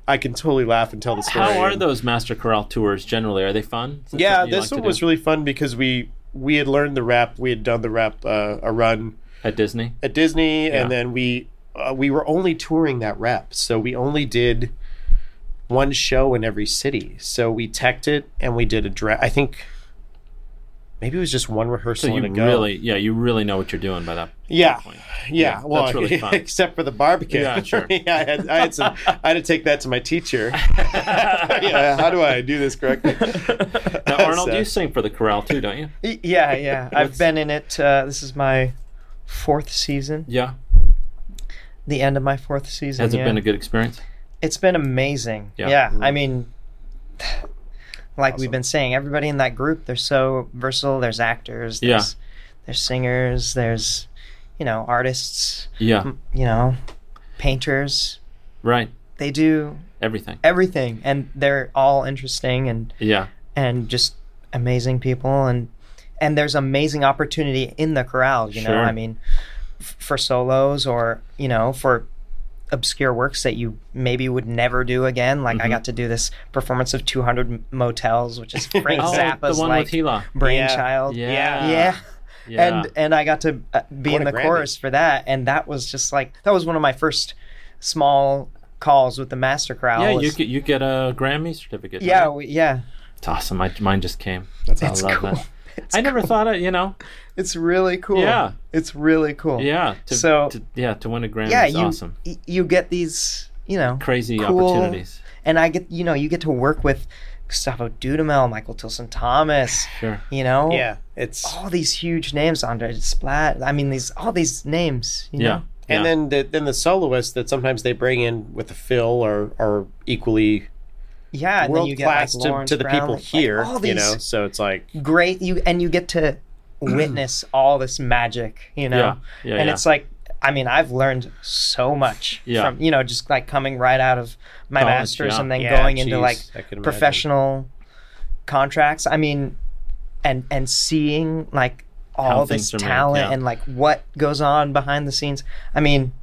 Speaker 3: I can totally laugh and tell the story.
Speaker 2: How are
Speaker 3: and-
Speaker 2: those Master Chorale tours generally? Are they fun? Is that
Speaker 3: Yeah,
Speaker 2: something you
Speaker 3: this
Speaker 2: like
Speaker 3: one
Speaker 2: to
Speaker 3: was
Speaker 2: do
Speaker 3: really fun because we we had learned the rap. We had done the rap uh, a run
Speaker 2: at Disney.
Speaker 3: at Disney,
Speaker 2: Yeah.
Speaker 3: and then we uh, we were only touring that rep, so we only did one show in every city. So we teched it, and we did a draft. I think maybe it was just one rehearsal.
Speaker 2: So you
Speaker 3: and a go.
Speaker 2: really, yeah, you really know what you're doing by that
Speaker 3: yeah.
Speaker 2: point. Yeah,
Speaker 3: Yeah, well,
Speaker 2: that's really fun.
Speaker 3: except for the barbecue.
Speaker 2: Yeah, sure.
Speaker 3: yeah, I had, I had some. I had to take that to my teacher. yeah, how do I do this correctly?
Speaker 2: Now, Arnold,
Speaker 3: So-
Speaker 2: you sing for the chorale too, don't you?
Speaker 4: Y- Yeah, yeah. I've been in it. Uh, this is my fourth season.
Speaker 2: Yeah.
Speaker 4: The end of my fourth season.
Speaker 2: Has it
Speaker 4: yeah.
Speaker 2: been a good experience?
Speaker 4: It's been amazing.
Speaker 2: Yeah.
Speaker 4: Yeah. I mean, like we've been saying, everybody in that group, they're so versatile. There's actors,
Speaker 2: Yeah.
Speaker 4: there's, there's singers, there's, you know, artists,
Speaker 2: Yeah.
Speaker 4: you know, painters.
Speaker 2: Right.
Speaker 4: They do
Speaker 2: Everything.
Speaker 4: everything and they're all interesting and
Speaker 2: Yeah.
Speaker 4: and just amazing people and and there's amazing opportunity in the corral you know
Speaker 2: Sure.
Speaker 4: i mean f- for solos or you know for obscure works that you maybe would never do again like
Speaker 2: Mm-hmm.
Speaker 4: i got to do this performance of 200 motels which is frank
Speaker 2: Oh,
Speaker 4: zappa's
Speaker 2: the one
Speaker 4: like
Speaker 2: with Hila.
Speaker 4: brainchild
Speaker 2: Yeah.
Speaker 4: yeah,
Speaker 2: Yeah.
Speaker 4: and and i got to uh, be
Speaker 3: What
Speaker 4: in
Speaker 3: a
Speaker 4: the
Speaker 3: Grammy.
Speaker 4: chorus for that and that was just like that was one of my first small calls with the master corral
Speaker 2: yeah, you
Speaker 4: was-
Speaker 2: get you get a Grammy certificate.
Speaker 4: yeah
Speaker 2: right?
Speaker 4: we, yeah
Speaker 2: It's awesome. My, mine just came. I
Speaker 4: It's
Speaker 2: love
Speaker 4: cool.
Speaker 2: that. I never thought it. You know.
Speaker 4: It's really cool.
Speaker 2: Yeah.
Speaker 4: It's really cool.
Speaker 2: Yeah. To,
Speaker 4: So-
Speaker 2: to- yeah, to win a Grammy
Speaker 4: Yeah,
Speaker 2: is
Speaker 4: you
Speaker 2: awesome.
Speaker 4: y- you get these, you know,
Speaker 2: Crazy
Speaker 4: cool-
Speaker 2: opportunities.
Speaker 4: And I get, you know, you get to work with Gustavo Dudamel, Michael Tilson Thomas,
Speaker 2: Sure.
Speaker 4: you know,
Speaker 3: Yeah, it's
Speaker 2: Oh.
Speaker 4: all these huge names, Andre Splat. I mean, these all these names. You
Speaker 2: Yeah.
Speaker 4: Know?
Speaker 2: yeah.
Speaker 3: And then the then the soloist that sometimes they bring in with a fill or are equally
Speaker 4: Yeah. And then
Speaker 3: world
Speaker 4: you get
Speaker 3: class
Speaker 4: like,
Speaker 3: to,
Speaker 4: Lawrence
Speaker 3: to the
Speaker 4: Brown,
Speaker 3: people
Speaker 4: like,
Speaker 3: here.
Speaker 4: all
Speaker 3: you
Speaker 4: these
Speaker 3: know, so it's like
Speaker 4: great you and you get to witness all this magic you know
Speaker 2: Yeah, yeah,
Speaker 4: and
Speaker 2: yeah.
Speaker 4: it's like i mean i've learned so much
Speaker 2: Yeah.
Speaker 4: from you know just like coming right out of my
Speaker 2: College,
Speaker 4: masters
Speaker 2: yeah.
Speaker 4: and then
Speaker 3: Yeah,
Speaker 4: going
Speaker 3: geez,
Speaker 4: into like
Speaker 3: I can imagine.
Speaker 4: professional contracts i mean and and seeing like all
Speaker 2: How
Speaker 4: this
Speaker 2: things are made,
Speaker 4: talent
Speaker 2: yeah.
Speaker 4: and like what goes on behind the scenes i mean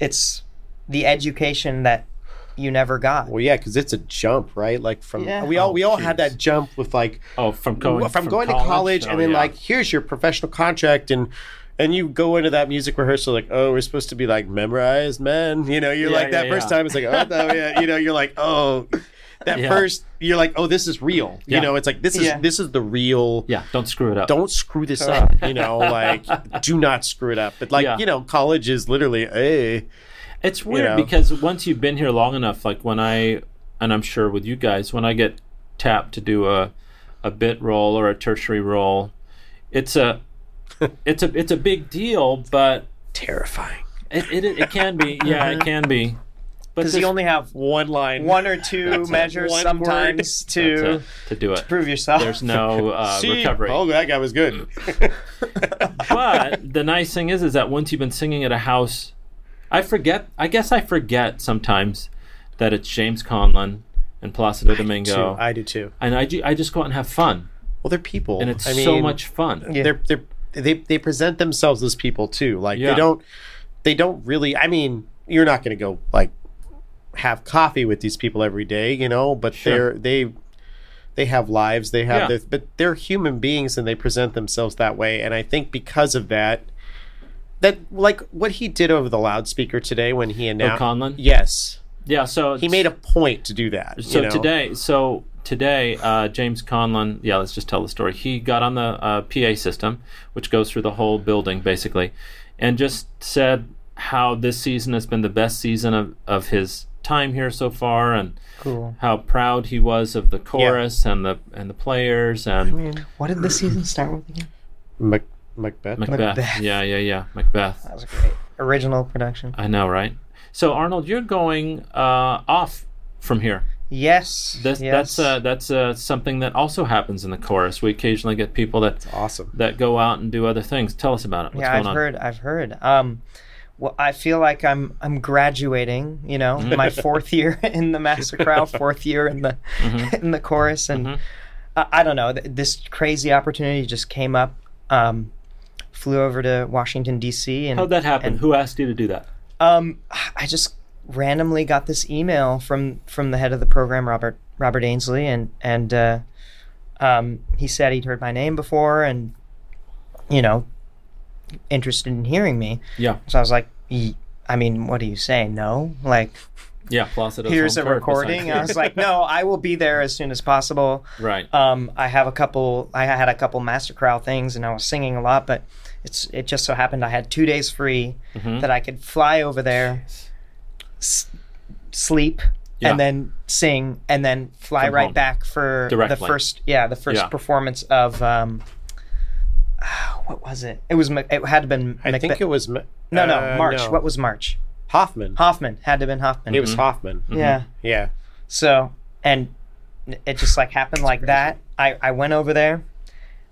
Speaker 4: it's the education that you never got
Speaker 3: Well, yeah, because it's a jump, right? Like from
Speaker 4: Yeah.
Speaker 3: we all
Speaker 2: Oh,
Speaker 3: we all
Speaker 2: jeez.
Speaker 3: had that jump with like
Speaker 2: oh, from going
Speaker 3: from, going to college
Speaker 2: Oh,
Speaker 3: and then
Speaker 2: yeah.
Speaker 3: like here's your professional contract and and you go into that music rehearsal like oh we're supposed to be like memorized men you know you're
Speaker 2: Yeah,
Speaker 3: like that
Speaker 2: yeah,
Speaker 3: first
Speaker 2: yeah.
Speaker 3: time it's like oh no, yeah you know you're like oh that
Speaker 2: Yeah.
Speaker 3: first you're like oh this is real
Speaker 2: Yeah.
Speaker 3: you know it's like this is
Speaker 4: Yeah.
Speaker 3: this is the real
Speaker 2: yeah, don't screw it up.
Speaker 3: don't screw this up you know like do not screw it up but like
Speaker 2: Yeah.
Speaker 3: you know college is literally eh. hey
Speaker 2: It's weird
Speaker 3: know?
Speaker 2: because once you've been here long enough, like when I, and I'm sure with you guys, when I get tapped to do a, a bit roll or a tertiary roll, it's a, it's a, it's a big deal, but
Speaker 3: terrifying Uh-huh.
Speaker 2: it, it, it can be, yeah, it can be. But
Speaker 4: because you
Speaker 2: there's-
Speaker 4: only have
Speaker 3: one line
Speaker 4: one or two measures
Speaker 3: One
Speaker 4: sometimes
Speaker 2: that's
Speaker 4: to
Speaker 2: it, to do it.
Speaker 4: prove yourself
Speaker 2: There's no uh,
Speaker 3: See?
Speaker 2: recovery.
Speaker 3: oh that guy was good
Speaker 2: but the nice thing is is that once you've been singing at a house i forget i guess i forget sometimes that it's james conlon and placido domingo
Speaker 3: Too. I do too
Speaker 2: and I, ju- I just go out and have fun
Speaker 3: well they're people
Speaker 2: and it's
Speaker 3: I mean,
Speaker 2: so much fun
Speaker 4: Yeah.
Speaker 3: they're they're they they present themselves as people too. Like
Speaker 2: Yeah.
Speaker 3: they don't they don't really. I mean, you're not going to go like have coffee with these people every day, you know. But
Speaker 2: Sure.
Speaker 3: they're they they have lives. They have
Speaker 2: Yeah.
Speaker 3: their, but they're human beings and they present themselves that way. And I think because of that. That like what he did over the loudspeaker today when he announced
Speaker 2: Conlon?
Speaker 3: Yes,
Speaker 2: yeah so
Speaker 3: he made a point to do that.
Speaker 2: so
Speaker 3: you know?
Speaker 2: today so today uh, james conlon yeah let's just tell the story he got on the uh, pa system which goes through the whole building basically and just said how this season has been the best season of, of his time here so far and
Speaker 4: cool.
Speaker 2: how proud he was of the chorus and the and the players and
Speaker 4: What did this season start with again?
Speaker 3: Mac- Macbeth.
Speaker 2: Macbeth.
Speaker 4: Macbeth.
Speaker 2: Yeah, yeah, yeah, Macbeth.
Speaker 4: That was a great original production.
Speaker 2: I know, right? So Arnold, you're going uh, off from here.
Speaker 4: Yes.
Speaker 2: That's
Speaker 4: yes.
Speaker 2: that's uh, that's uh, something that also happens in the chorus. We occasionally get people that
Speaker 3: awesome.
Speaker 2: that go out and do other things. Tell us about it. What's
Speaker 4: yeah,
Speaker 2: going
Speaker 4: I've
Speaker 2: on?
Speaker 4: heard. I've heard. Um, well, I feel like I'm I'm graduating. You know,
Speaker 2: Mm-hmm.
Speaker 4: my fourth year in the master crowd, fourth year in the
Speaker 2: Mm-hmm.
Speaker 4: in the chorus, and I, I don't know. Th- this crazy opportunity just came up. Um, flew over to Washington D.C. and
Speaker 2: How'd that happen? Who asked you to do that?
Speaker 4: Um, I just randomly got this email from from the head of the program, Robert Robert Ainsley, and and uh, um, he said he'd heard my name before, and you know, interested in hearing me.
Speaker 2: Yeah.
Speaker 4: So I was like, "Y- I mean, what do you say? No, like
Speaker 2: Yeah. Placido's
Speaker 4: here's a
Speaker 2: home curve
Speaker 4: recording.
Speaker 2: beside-
Speaker 4: I was like, no, I will be there as soon as possible.
Speaker 2: right.
Speaker 4: Um, I have a couple. I had a couple master chorale things, and I was singing a lot. But it's it just so happened I had two days free
Speaker 2: Mm-hmm.
Speaker 4: that I could fly over there, s- sleep,
Speaker 2: Yeah.
Speaker 4: and then sing, and then fly
Speaker 2: Come
Speaker 4: right
Speaker 2: home.
Speaker 4: back for
Speaker 2: Direct
Speaker 4: the
Speaker 2: flight.
Speaker 4: first. Yeah, the first
Speaker 2: Yeah.
Speaker 4: performance of. Um, what was it? It was. Mac- It had to been.
Speaker 3: I think it was Ma-
Speaker 4: no, no,
Speaker 3: uh,
Speaker 4: March.
Speaker 3: no.
Speaker 4: What was March?
Speaker 3: Hoffman?
Speaker 4: Hoffman had to have been Hoffman.
Speaker 3: It was Hoffman.
Speaker 4: Yeah.
Speaker 3: Yeah.
Speaker 4: So, and it just like happened like that. I, I went over there,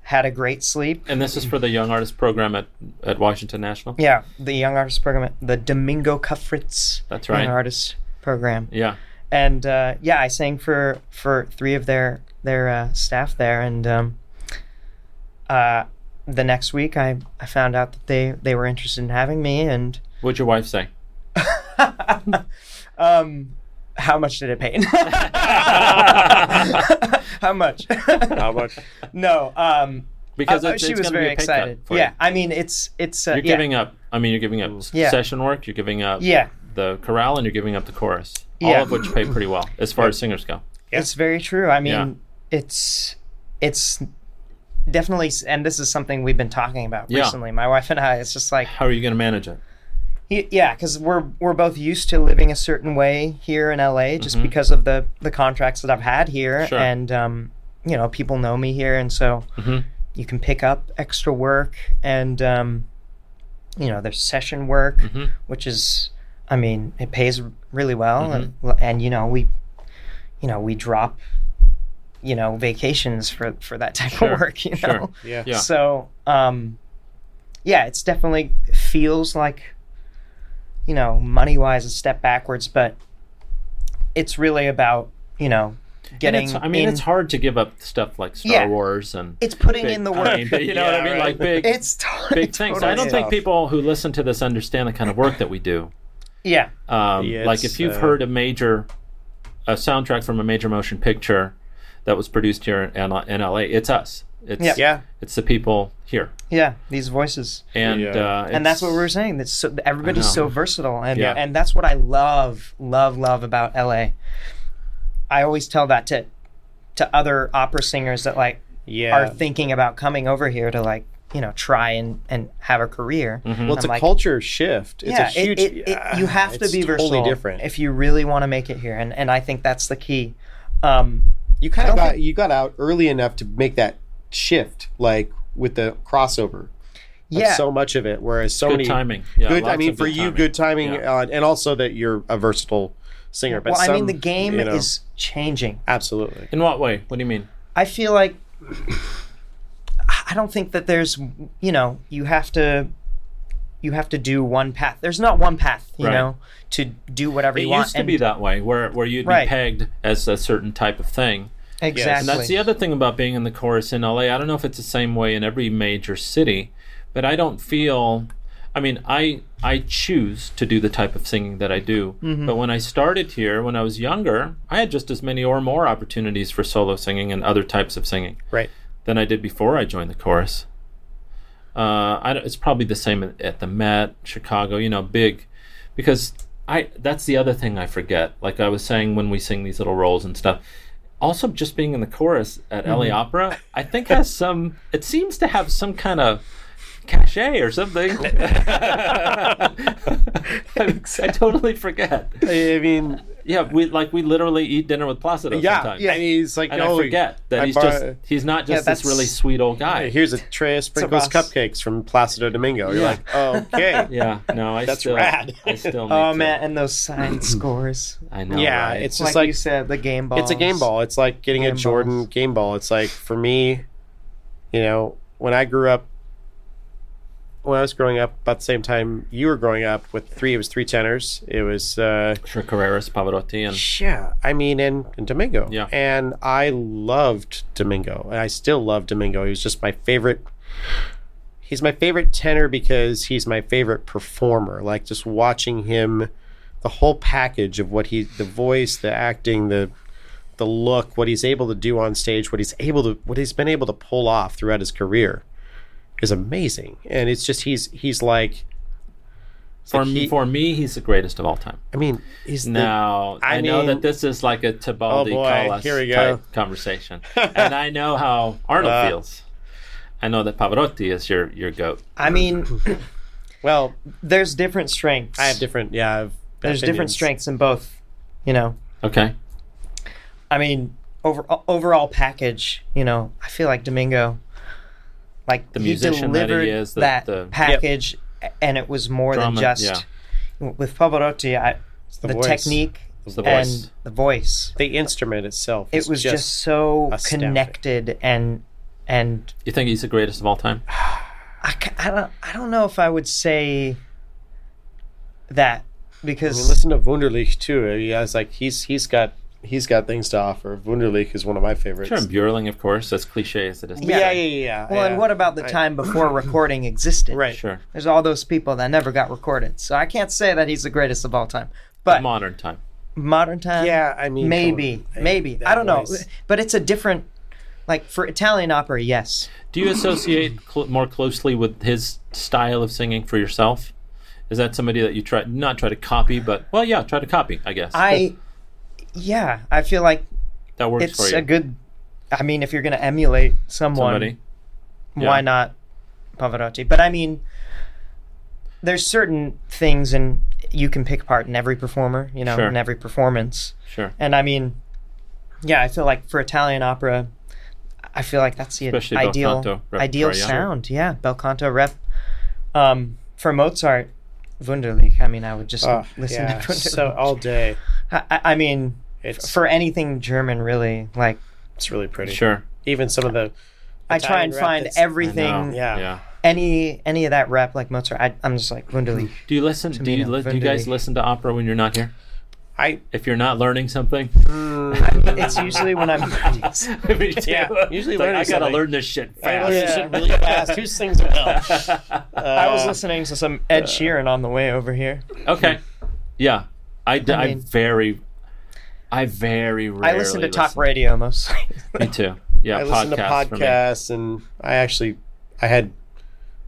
Speaker 4: had a great sleep.
Speaker 2: And this is for the Young Artist Program at, at Washington National?
Speaker 4: Yeah, the Young Artist Program, the Domingo Cuffritz
Speaker 2: That's right.
Speaker 4: Young Artist Program.
Speaker 2: Yeah.
Speaker 4: And uh, yeah, I sang for for three of their their uh, staff there, and um, uh, the next week I, I found out that they they were interested in having me, and
Speaker 2: What'd your wife say?
Speaker 4: um, how much did it pay? how much?
Speaker 3: How much?
Speaker 4: no, um,
Speaker 2: Because
Speaker 4: Uh,
Speaker 2: it's,
Speaker 4: she
Speaker 2: it's
Speaker 4: was
Speaker 2: going to be
Speaker 4: very
Speaker 2: a pay cut
Speaker 4: excited.
Speaker 2: for you.
Speaker 4: Yeah, I mean it's it's uh,
Speaker 2: You're
Speaker 4: yeah.
Speaker 2: giving up. I mean, you're giving up s-
Speaker 4: Yeah.
Speaker 2: session work. You're giving up
Speaker 4: Yeah.
Speaker 2: the chorale, and you're giving up the chorus.
Speaker 4: Yeah.
Speaker 2: All of which pay pretty well as far as singers go.
Speaker 4: It's very true. I mean, it's it's definitely, s- and this is something we've been talking about
Speaker 2: Yeah.
Speaker 4: recently. My wife and I. It's just like
Speaker 2: How are you going to manage it?
Speaker 4: y- yeah, because we're we're both used to living a certain way here in LA, just because of the the contracts that I've had here,
Speaker 2: Mm-hmm. Sure.
Speaker 4: and um, you know, people know me here, and so
Speaker 2: Mm-hmm.
Speaker 4: you can pick up extra work, and um, you know, there's session work,
Speaker 2: Mm-hmm.
Speaker 4: which is, I mean, it pays r- really well,
Speaker 2: Mm-hmm.
Speaker 4: and and you know, we, you know, we drop, you know, vacations for for that type
Speaker 2: Sure,
Speaker 4: of work, you
Speaker 2: sure.
Speaker 4: know,
Speaker 3: Yeah.
Speaker 2: Yeah.
Speaker 4: so, um, yeah, it's definitely feels like, you know, money wise, a step backwards, but it's really about you know
Speaker 2: And
Speaker 4: getting.
Speaker 2: it's, I mean,
Speaker 4: in-
Speaker 2: it's hard to give up stuff like Star
Speaker 4: Yeah.
Speaker 2: Wars and
Speaker 4: It's putting
Speaker 2: big-
Speaker 4: in the
Speaker 2: I
Speaker 4: work.
Speaker 2: mean, big- you know what I
Speaker 3: Yeah,
Speaker 2: mean? Like
Speaker 3: right.
Speaker 2: big,
Speaker 4: it's totally
Speaker 2: big things.
Speaker 4: totally
Speaker 2: I don't
Speaker 4: is.
Speaker 2: think
Speaker 3: tough.
Speaker 2: people who listen to this understand the kind of work that we do.
Speaker 4: Yeah,
Speaker 2: Um,
Speaker 3: Yeah,
Speaker 2: like
Speaker 3: it's,
Speaker 2: if you've
Speaker 3: uh,
Speaker 2: heard a major, a soundtrack from a major motion picture that was produced here in, in LA, it's us. It's
Speaker 4: Yeah.
Speaker 3: Yeah.
Speaker 2: It's the people here,
Speaker 4: yeah. These voices,
Speaker 2: and
Speaker 3: Yeah.
Speaker 2: uh,
Speaker 4: and
Speaker 2: it's-
Speaker 4: that's what we were saying. That's so, everybody's
Speaker 2: know.
Speaker 4: so versatile, and
Speaker 2: Yeah.
Speaker 4: and that's what I love, love, love about LA. I always tell that to to other opera singers that like
Speaker 3: Yeah.
Speaker 4: are thinking about coming over here to like you know try and and have a career
Speaker 3: well, it's
Speaker 4: I'm
Speaker 3: a
Speaker 4: like-
Speaker 3: culture shift. Mm-hmm. It's
Speaker 4: yeah
Speaker 3: a huge. uh,
Speaker 4: it, it, it, you have to
Speaker 3: it's
Speaker 4: be versatile
Speaker 3: Totally different.
Speaker 4: if you really want to make it here and and i think that's the key um
Speaker 3: you kind
Speaker 4: I
Speaker 3: of
Speaker 4: don't
Speaker 3: got
Speaker 4: think-
Speaker 3: you got out early enough to make that shift, like with the crossover. Like,
Speaker 4: yeah
Speaker 3: so much of it, whereas so
Speaker 2: Good
Speaker 3: many
Speaker 2: timing. Yeah,
Speaker 3: good.
Speaker 2: lots
Speaker 3: I mean,
Speaker 2: of
Speaker 3: for
Speaker 2: good
Speaker 3: you,
Speaker 2: timing.
Speaker 3: good timing,
Speaker 2: Yeah.
Speaker 3: uh, and also that you're a versatile singer. But
Speaker 4: well i mean
Speaker 3: some,
Speaker 4: the game
Speaker 3: you know,
Speaker 4: is changing
Speaker 3: absolutely.
Speaker 2: In what way? What do you mean?
Speaker 4: i feel like i don't think that there's you know you have to you have to do one path there's not one path you
Speaker 2: Right.
Speaker 4: know to do whatever
Speaker 2: It
Speaker 4: you want
Speaker 2: used to
Speaker 4: and-
Speaker 2: be that way, where where you'd
Speaker 4: Right.
Speaker 2: be pegged as a certain type of thing.
Speaker 4: exactly
Speaker 2: And that's the other thing about being in the chorus in LA. I don't know if it's the same way in every major city, but I don't feel. I mean, I I choose to do the type of singing that I do. But when I started here, when I was younger, I had just as many or more opportunities for solo singing and other types of singing
Speaker 3: Right.
Speaker 2: than I did before I joined the chorus. Uh, I don't- it's probably the same at, at the Met, Chicago, you know, big, because I that's the other thing I forget. Like I was saying when we sing these little roles and stuff. Also, just being in the chorus at LA
Speaker 3: Mm-hmm.
Speaker 2: Opera, I think has some. It seems to have some kind of cachet or something. I, I totally forget.
Speaker 3: I mean,
Speaker 2: Yeah, we like we literally eat dinner with Placido.
Speaker 3: yeah.
Speaker 2: sometimes.
Speaker 3: yeah. I mean, it's like
Speaker 2: And
Speaker 3: oh,
Speaker 2: I forget that
Speaker 3: I
Speaker 2: he's
Speaker 3: borrow-
Speaker 2: just—he's not just this
Speaker 4: that's-
Speaker 2: really sweet old guy.
Speaker 3: Hey, here's a tray of sprinkles
Speaker 4: Ross.
Speaker 3: cupcakes from Placido Domingo. You're
Speaker 2: Yeah.
Speaker 3: like, okay.
Speaker 2: Yeah, no, I
Speaker 3: That's
Speaker 2: still,
Speaker 3: rad.
Speaker 2: I still. Need
Speaker 4: oh
Speaker 2: to-
Speaker 4: man and those signed scores
Speaker 2: I know.
Speaker 3: Yeah,
Speaker 2: right?
Speaker 3: it's
Speaker 4: like,
Speaker 3: just like,
Speaker 4: you said the game ball
Speaker 3: it's a game ball. It's like getting
Speaker 4: Game
Speaker 3: a Jordan
Speaker 4: balls.
Speaker 3: game ball. It's like for me, you know, when I grew up, when I was growing up, about the same time you were growing up, with three, it was three tenors. It was. uh
Speaker 2: sure Carreras, Pavarotti, and
Speaker 3: Yeah, I mean, and, and Domingo.
Speaker 2: Yeah.
Speaker 3: and I loved Domingo, and I still love Domingo. He was just my favorite. He's my favorite tenor because he's my favorite performer. Like just watching him the whole package of what he the voice the acting the the look what he's able to do on stage what he's able to what he's been able to pull off throughout his career is amazing and it's just he's he's like
Speaker 2: For,
Speaker 3: like
Speaker 2: me,
Speaker 3: he-
Speaker 2: for me, he's the greatest of all time.
Speaker 3: i mean he's the,
Speaker 2: Now I,
Speaker 3: I
Speaker 2: know
Speaker 3: mean-
Speaker 2: that this is like a Tibaldi
Speaker 3: Oh, boy.
Speaker 2: Callas
Speaker 3: Here we go.
Speaker 2: type conversation, and I know how Arnold
Speaker 3: Uh.
Speaker 2: feels. I know that Pavarotti is your your goat.
Speaker 4: I mean,
Speaker 3: well
Speaker 4: there's different strengths.
Speaker 3: i have different yeah I have
Speaker 4: There's different
Speaker 3: opinions.
Speaker 4: strengths in both. You know,
Speaker 2: Okay,
Speaker 4: I mean, over overall package. You know, I feel like Domingo, like
Speaker 2: The
Speaker 4: he
Speaker 2: musician that he
Speaker 4: delivered
Speaker 2: is, the-
Speaker 4: that
Speaker 2: the- Yep.
Speaker 4: package, and it was more
Speaker 2: Drama,
Speaker 4: than just with Pavarotti. I,
Speaker 3: the
Speaker 4: the,
Speaker 3: voice.
Speaker 4: technique
Speaker 2: it's the
Speaker 4: and
Speaker 2: voice.
Speaker 4: the voice.
Speaker 3: the instrument itself
Speaker 4: It
Speaker 3: is
Speaker 4: was just, so
Speaker 3: astounding.
Speaker 4: connected and and
Speaker 2: You think he's the greatest of all time?
Speaker 4: I, ca- I don't I don't know if I would say that
Speaker 3: I mean,
Speaker 4: because
Speaker 3: listen to Wunderlich too. He has like he's he's got he's got things to offer. Wunderlich is one of my favorites.
Speaker 2: Sure, Björling, of course, as cliche as it is. to
Speaker 4: Yeah.
Speaker 3: Yeah, yeah,
Speaker 2: say.
Speaker 3: yeah. yeah
Speaker 4: well, and what about the
Speaker 3: I-
Speaker 4: time before recording existed?
Speaker 3: Right.
Speaker 2: sure.
Speaker 4: There's all those people that never got recorded. So I can't say that he's the greatest of all time. But
Speaker 2: Modern time.
Speaker 4: modern time,
Speaker 3: Yeah, I mean,
Speaker 4: maybe,
Speaker 3: come on.
Speaker 4: maybe.
Speaker 3: That
Speaker 4: I don't know.
Speaker 3: voice.
Speaker 4: But it's a different, like for Italian opera, yes.
Speaker 2: Do you associate cl- more closely with his style of singing for yourself? Is that somebody that you try not try to copy, but well, yeah, try to copy, I guess.
Speaker 4: I, yeah, I feel like
Speaker 2: that works for
Speaker 4: it's
Speaker 2: you.
Speaker 4: a good. I mean, if you're going to emulate someone,
Speaker 2: somebody. yeah.
Speaker 4: why not Pavarotti? But I mean, there's certain things, and you can pick apart in every performer, you know,
Speaker 2: Sure.
Speaker 4: in every performance.
Speaker 2: Sure.
Speaker 4: And I mean, yeah, I feel like for Italian opera, I feel like that's the
Speaker 2: Especially bel canto
Speaker 4: ideal
Speaker 2: repertoire,
Speaker 4: ideal
Speaker 2: yeah.
Speaker 4: sound. Yeah, bel canto rep. Um, for Mozart, Wunderlich. I mean, I would just
Speaker 3: Oh,
Speaker 4: listen
Speaker 3: yeah,
Speaker 4: to Wunderlich.
Speaker 3: so all day.
Speaker 4: I, I- I mean,
Speaker 3: It's
Speaker 4: for anything German, really, like
Speaker 3: it's really pretty.
Speaker 2: Sure.
Speaker 3: Even some of the
Speaker 4: I try
Speaker 3: Italian
Speaker 4: and
Speaker 3: rep,
Speaker 4: find
Speaker 3: it's- I
Speaker 4: everything,
Speaker 3: Yeah.
Speaker 2: Yeah.
Speaker 4: any any of that rep like Mozart. I, I'm just like Wunderlich.
Speaker 2: Do you listen? Do you,
Speaker 4: Tamino,
Speaker 2: li- do you guys
Speaker 4: Venditti.
Speaker 2: listen to opera when you're not here?
Speaker 3: I
Speaker 2: If you're not learning something,
Speaker 4: Mm. it's usually when I'm
Speaker 2: Me too.
Speaker 3: Yeah, usually
Speaker 2: It's like,
Speaker 3: learning
Speaker 2: I gotta
Speaker 3: something.
Speaker 2: learn this shit
Speaker 3: I learned
Speaker 2: fast.
Speaker 3: this shit really fast. Who sings well? Ah.
Speaker 4: I was listening to some Ed Sheeran on the way over here.
Speaker 2: Okay. Yeah. I, d- I
Speaker 4: mean-
Speaker 2: very, I very rarely
Speaker 4: I listen to talk radio mostly.
Speaker 2: Me too. Yeah.
Speaker 3: I listen to
Speaker 2: podcasts for me.
Speaker 3: podcasts, and I actually I had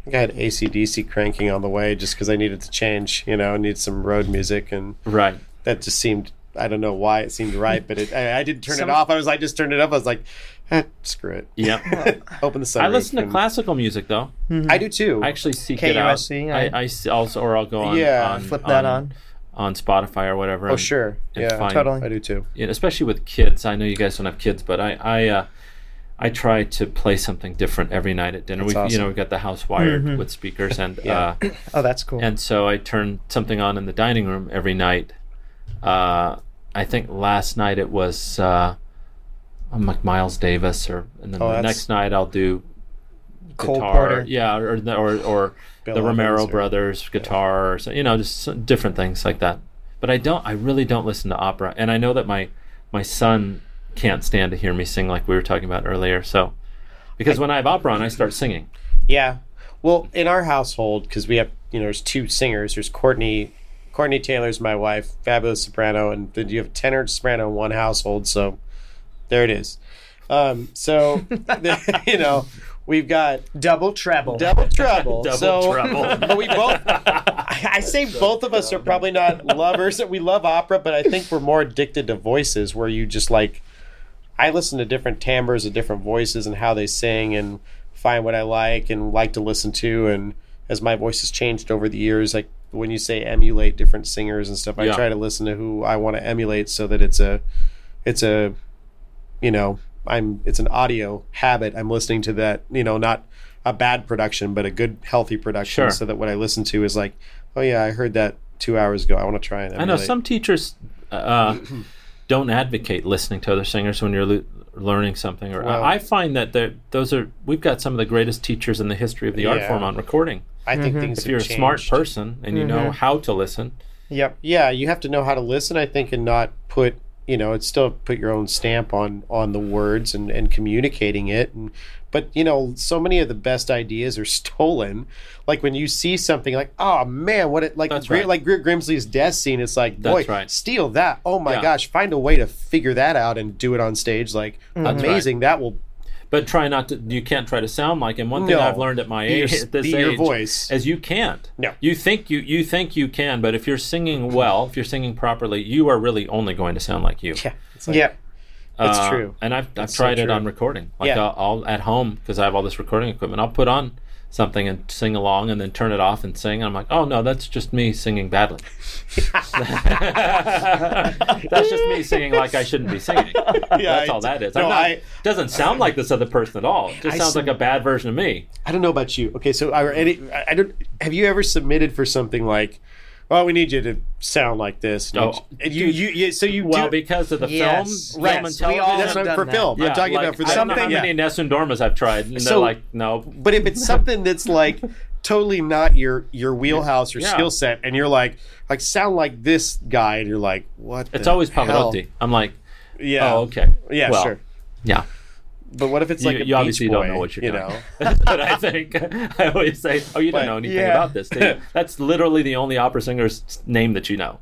Speaker 3: I think I had ACDC cranking on the way just because I needed to change. You know, I needed some road music, and
Speaker 2: Right.
Speaker 3: that just seemed. I don't know why it seemed right, but it, I, I didn't turn
Speaker 4: Some-
Speaker 3: it off. I was, I just turned it up. I was like, eh, screw it.
Speaker 2: Yeah.
Speaker 3: Open the sun.
Speaker 2: I listen to classical music though.
Speaker 3: I do too.
Speaker 2: I actually seek it out.
Speaker 4: KUSC,
Speaker 2: I,
Speaker 4: yeah.
Speaker 2: I s- also, or I'll go on,
Speaker 3: Yeah.
Speaker 2: on-
Speaker 4: Flip that on.
Speaker 2: on Spotify or whatever.
Speaker 3: oh sure, yeah,
Speaker 2: fine.
Speaker 4: Totally.
Speaker 3: I do too.
Speaker 2: You know, especially with kids. I know you guys don't have kids, but I, I, uh, I try to play something different every night at dinner. We, have you
Speaker 3: awesome.
Speaker 2: know, we've got the house wired with speakers, and
Speaker 3: Yeah.
Speaker 2: uh,
Speaker 4: Oh, that's cool.
Speaker 2: and so I turn something on in the dining room every night. Uh, I think last night it was uh, I'm like Miles Davis, or and then
Speaker 3: Oh,
Speaker 2: the
Speaker 3: that's-
Speaker 2: next night I'll do
Speaker 4: Cole
Speaker 2: guitar,
Speaker 4: Porter.
Speaker 2: yeah, or the- or, or
Speaker 3: Bill
Speaker 2: the Romero
Speaker 3: Evans or-
Speaker 2: brothers guitar, or so, you know, just some different things like that. But I don't, I really don't listen to opera, and I know that my my son can't stand to hear me sing like we were talking about earlier. So because when I have opera on, I start singing.
Speaker 3: Yeah. Well, in our household, because we have, you know, there's two singers. There's Courtney. Courtney Taylor's my wife, fabulous soprano, and then you have tenor soprano in one household. So there it is. Um, so you know, we've got
Speaker 4: double treble.
Speaker 3: double trouble.
Speaker 2: Double
Speaker 3: so,
Speaker 2: trouble.
Speaker 3: But we both. I I say both of us are probably not lovers. We love opera, but I think we're more addicted to voices. Where you just like, I listen to different timbres and different voices and how they sing and find what I like and like to listen to. And as my voice has changed over the years, like when you say emulate different singers and stuff, I
Speaker 2: Yeah.
Speaker 3: try to listen to who I want to emulate so that it's a, it's a, you know, I'm it's an audio habit. I'm listening to that, you know, not a bad production, but a good healthy production,
Speaker 2: Sure.
Speaker 3: so that what I listen to is like, oh yeah, I heard that two hours ago. I want to try and.
Speaker 2: I know
Speaker 3: emulate."
Speaker 2: some teachers uh, don't advocate listening to other singers when you're lu- learning something. Or
Speaker 3: Well-
Speaker 2: I I find that they're- those are we've got some of the greatest teachers in the history of the art
Speaker 3: Yeah.
Speaker 2: form on recording.
Speaker 3: I think things.
Speaker 2: If you're a smart
Speaker 3: Mm-hmm.
Speaker 2: person and you know how to listen,
Speaker 4: Yep.
Speaker 3: yeah, you have to know how to listen. I think and not put you know, it's still put your own stamp on on the words and and communicating it. And but you know, so many of the best ideas are stolen. Like when you see something like, oh man, what it like
Speaker 2: That's
Speaker 3: Gre-
Speaker 2: right.
Speaker 3: like Greer Grimsley's death scene. It's like, boy,
Speaker 2: That's right.
Speaker 3: steal that. Oh my
Speaker 2: Yeah.
Speaker 3: gosh, find a way to figure that out and do it on stage. Like
Speaker 2: That's right.
Speaker 3: amazing. That will
Speaker 2: But try not to. You can't try to sound like him. One thing
Speaker 3: No.
Speaker 2: I've learned at my
Speaker 3: Be your-
Speaker 2: age, at this
Speaker 3: be your
Speaker 2: age,
Speaker 3: voice.
Speaker 2: is you can't.
Speaker 3: No.
Speaker 2: You think you you think you can, but if you're singing well, if you're singing properly, you are really only going to sound like you.
Speaker 3: yeah. It's like,
Speaker 4: yeah.
Speaker 3: That's
Speaker 2: Uh,
Speaker 3: true.
Speaker 2: And I've, I've
Speaker 3: That's so
Speaker 2: tried it
Speaker 3: true.
Speaker 2: on recording. Like
Speaker 3: Yeah.
Speaker 2: I'll, I'll at home because I have all this recording equipment. I'll put on something and sing along, and then turn it off and sing. And I'm like, oh no, that's just me singing badly. that's just me singing like I shouldn't be singing. that's
Speaker 3: I-
Speaker 2: all that is.
Speaker 3: no,
Speaker 2: I'm not,
Speaker 3: I-
Speaker 2: doesn't sound like this other person at all. It just
Speaker 3: I
Speaker 2: sounds like a
Speaker 3: sing-
Speaker 2: bad version of me.
Speaker 3: I don't know about you. Okay, so are any? I I don't. Have you ever submitted for something like, "Well, we need you to sound like this"? and you-
Speaker 2: Oh,
Speaker 3: and you, you, you, so you
Speaker 2: Well,
Speaker 3: do.
Speaker 2: because of the
Speaker 4: Yes.
Speaker 2: film,
Speaker 4: Yes,
Speaker 2: film and
Speaker 4: we all
Speaker 2: television.
Speaker 4: have
Speaker 3: that's what I'm,
Speaker 4: done
Speaker 3: for
Speaker 4: that.
Speaker 3: film.
Speaker 2: Yeah,
Speaker 3: I'm talking
Speaker 2: like,
Speaker 3: about for
Speaker 2: I don't know
Speaker 3: something.
Speaker 2: how
Speaker 3: yeah.
Speaker 2: many Nessun Dormas I've tried, and they're
Speaker 3: So-
Speaker 2: like, no,
Speaker 3: But if it's something that's like totally not your your wheelhouse or
Speaker 2: Yeah.
Speaker 3: skill set, and you're like, like sound like this guy, and you're like, what?
Speaker 2: it's
Speaker 3: the
Speaker 2: always
Speaker 3: hell?
Speaker 2: Pavarotti. I'm like,
Speaker 3: Yeah.
Speaker 2: oh, okay,
Speaker 3: Yeah,
Speaker 2: Well,
Speaker 3: sure.
Speaker 2: yeah.
Speaker 3: But what if it's
Speaker 2: You-
Speaker 3: like a
Speaker 2: you obviously
Speaker 3: Beach
Speaker 2: don't
Speaker 3: Boy,
Speaker 2: know what you're
Speaker 3: you
Speaker 2: doing.
Speaker 3: know?
Speaker 2: That's what I think. I always say, "Oh, you don't
Speaker 3: But-
Speaker 2: know anything
Speaker 4: Yeah.
Speaker 2: about this." Do you? That's literally the only opera singer's name that you know.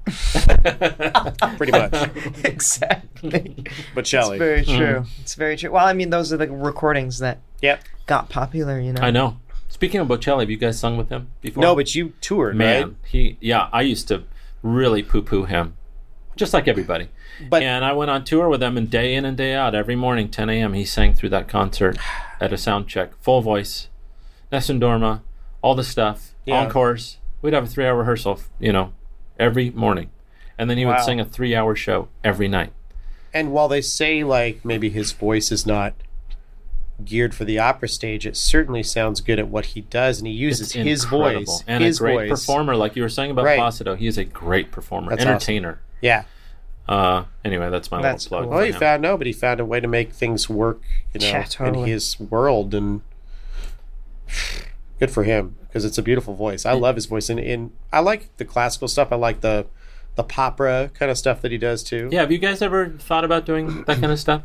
Speaker 3: Pretty much.
Speaker 4: exactly.
Speaker 3: But
Speaker 4: It's
Speaker 3: Shelley.
Speaker 4: very
Speaker 2: Hmm.
Speaker 4: true. It's very true. Well, I mean, those are the recordings that
Speaker 3: yep.
Speaker 4: got popular, you know.
Speaker 2: I know. Speaking of Bocelli, have you guys sung with him before?
Speaker 3: No, but you toured,
Speaker 2: man,
Speaker 3: right?
Speaker 2: he yeah, I used to really poo-poo him, just like everybody.
Speaker 3: But-
Speaker 2: and I went on tour with him, and day in and day out, every morning, 10 a.m., he sang through that concert at a sound check, full voice, Nessun Dorma, all the stuff,
Speaker 3: Yeah.
Speaker 2: encores. We'd have a three-hour rehearsal, you know, every morning, and then he would
Speaker 3: Wow.
Speaker 2: sing a three-hour show every night.
Speaker 3: And while they say like maybe his voice is not geared for the opera stage, it certainly sounds good at what he does, and he uses
Speaker 2: It's
Speaker 3: his
Speaker 2: incredible.
Speaker 3: voice,
Speaker 2: and
Speaker 3: his
Speaker 2: a great
Speaker 3: voice.
Speaker 2: performer, like you were saying about
Speaker 3: Right.
Speaker 2: Placido. He is a great performer,
Speaker 3: That's awesome.
Speaker 2: entertainer.
Speaker 3: Yeah.
Speaker 2: Uh, anyway, that's my
Speaker 4: That's
Speaker 2: little plug.
Speaker 4: cool.
Speaker 2: for
Speaker 3: Well, he
Speaker 2: him.
Speaker 3: found no, but he found a way to make things work, you know,
Speaker 4: Yeah, totally.
Speaker 3: in his world, and good for him because it's a beautiful voice. I love his voice, and, and I like the classical stuff. I like the the popra kind of stuff that he does too.
Speaker 2: Yeah, have you guys ever thought about doing that kind of stuff?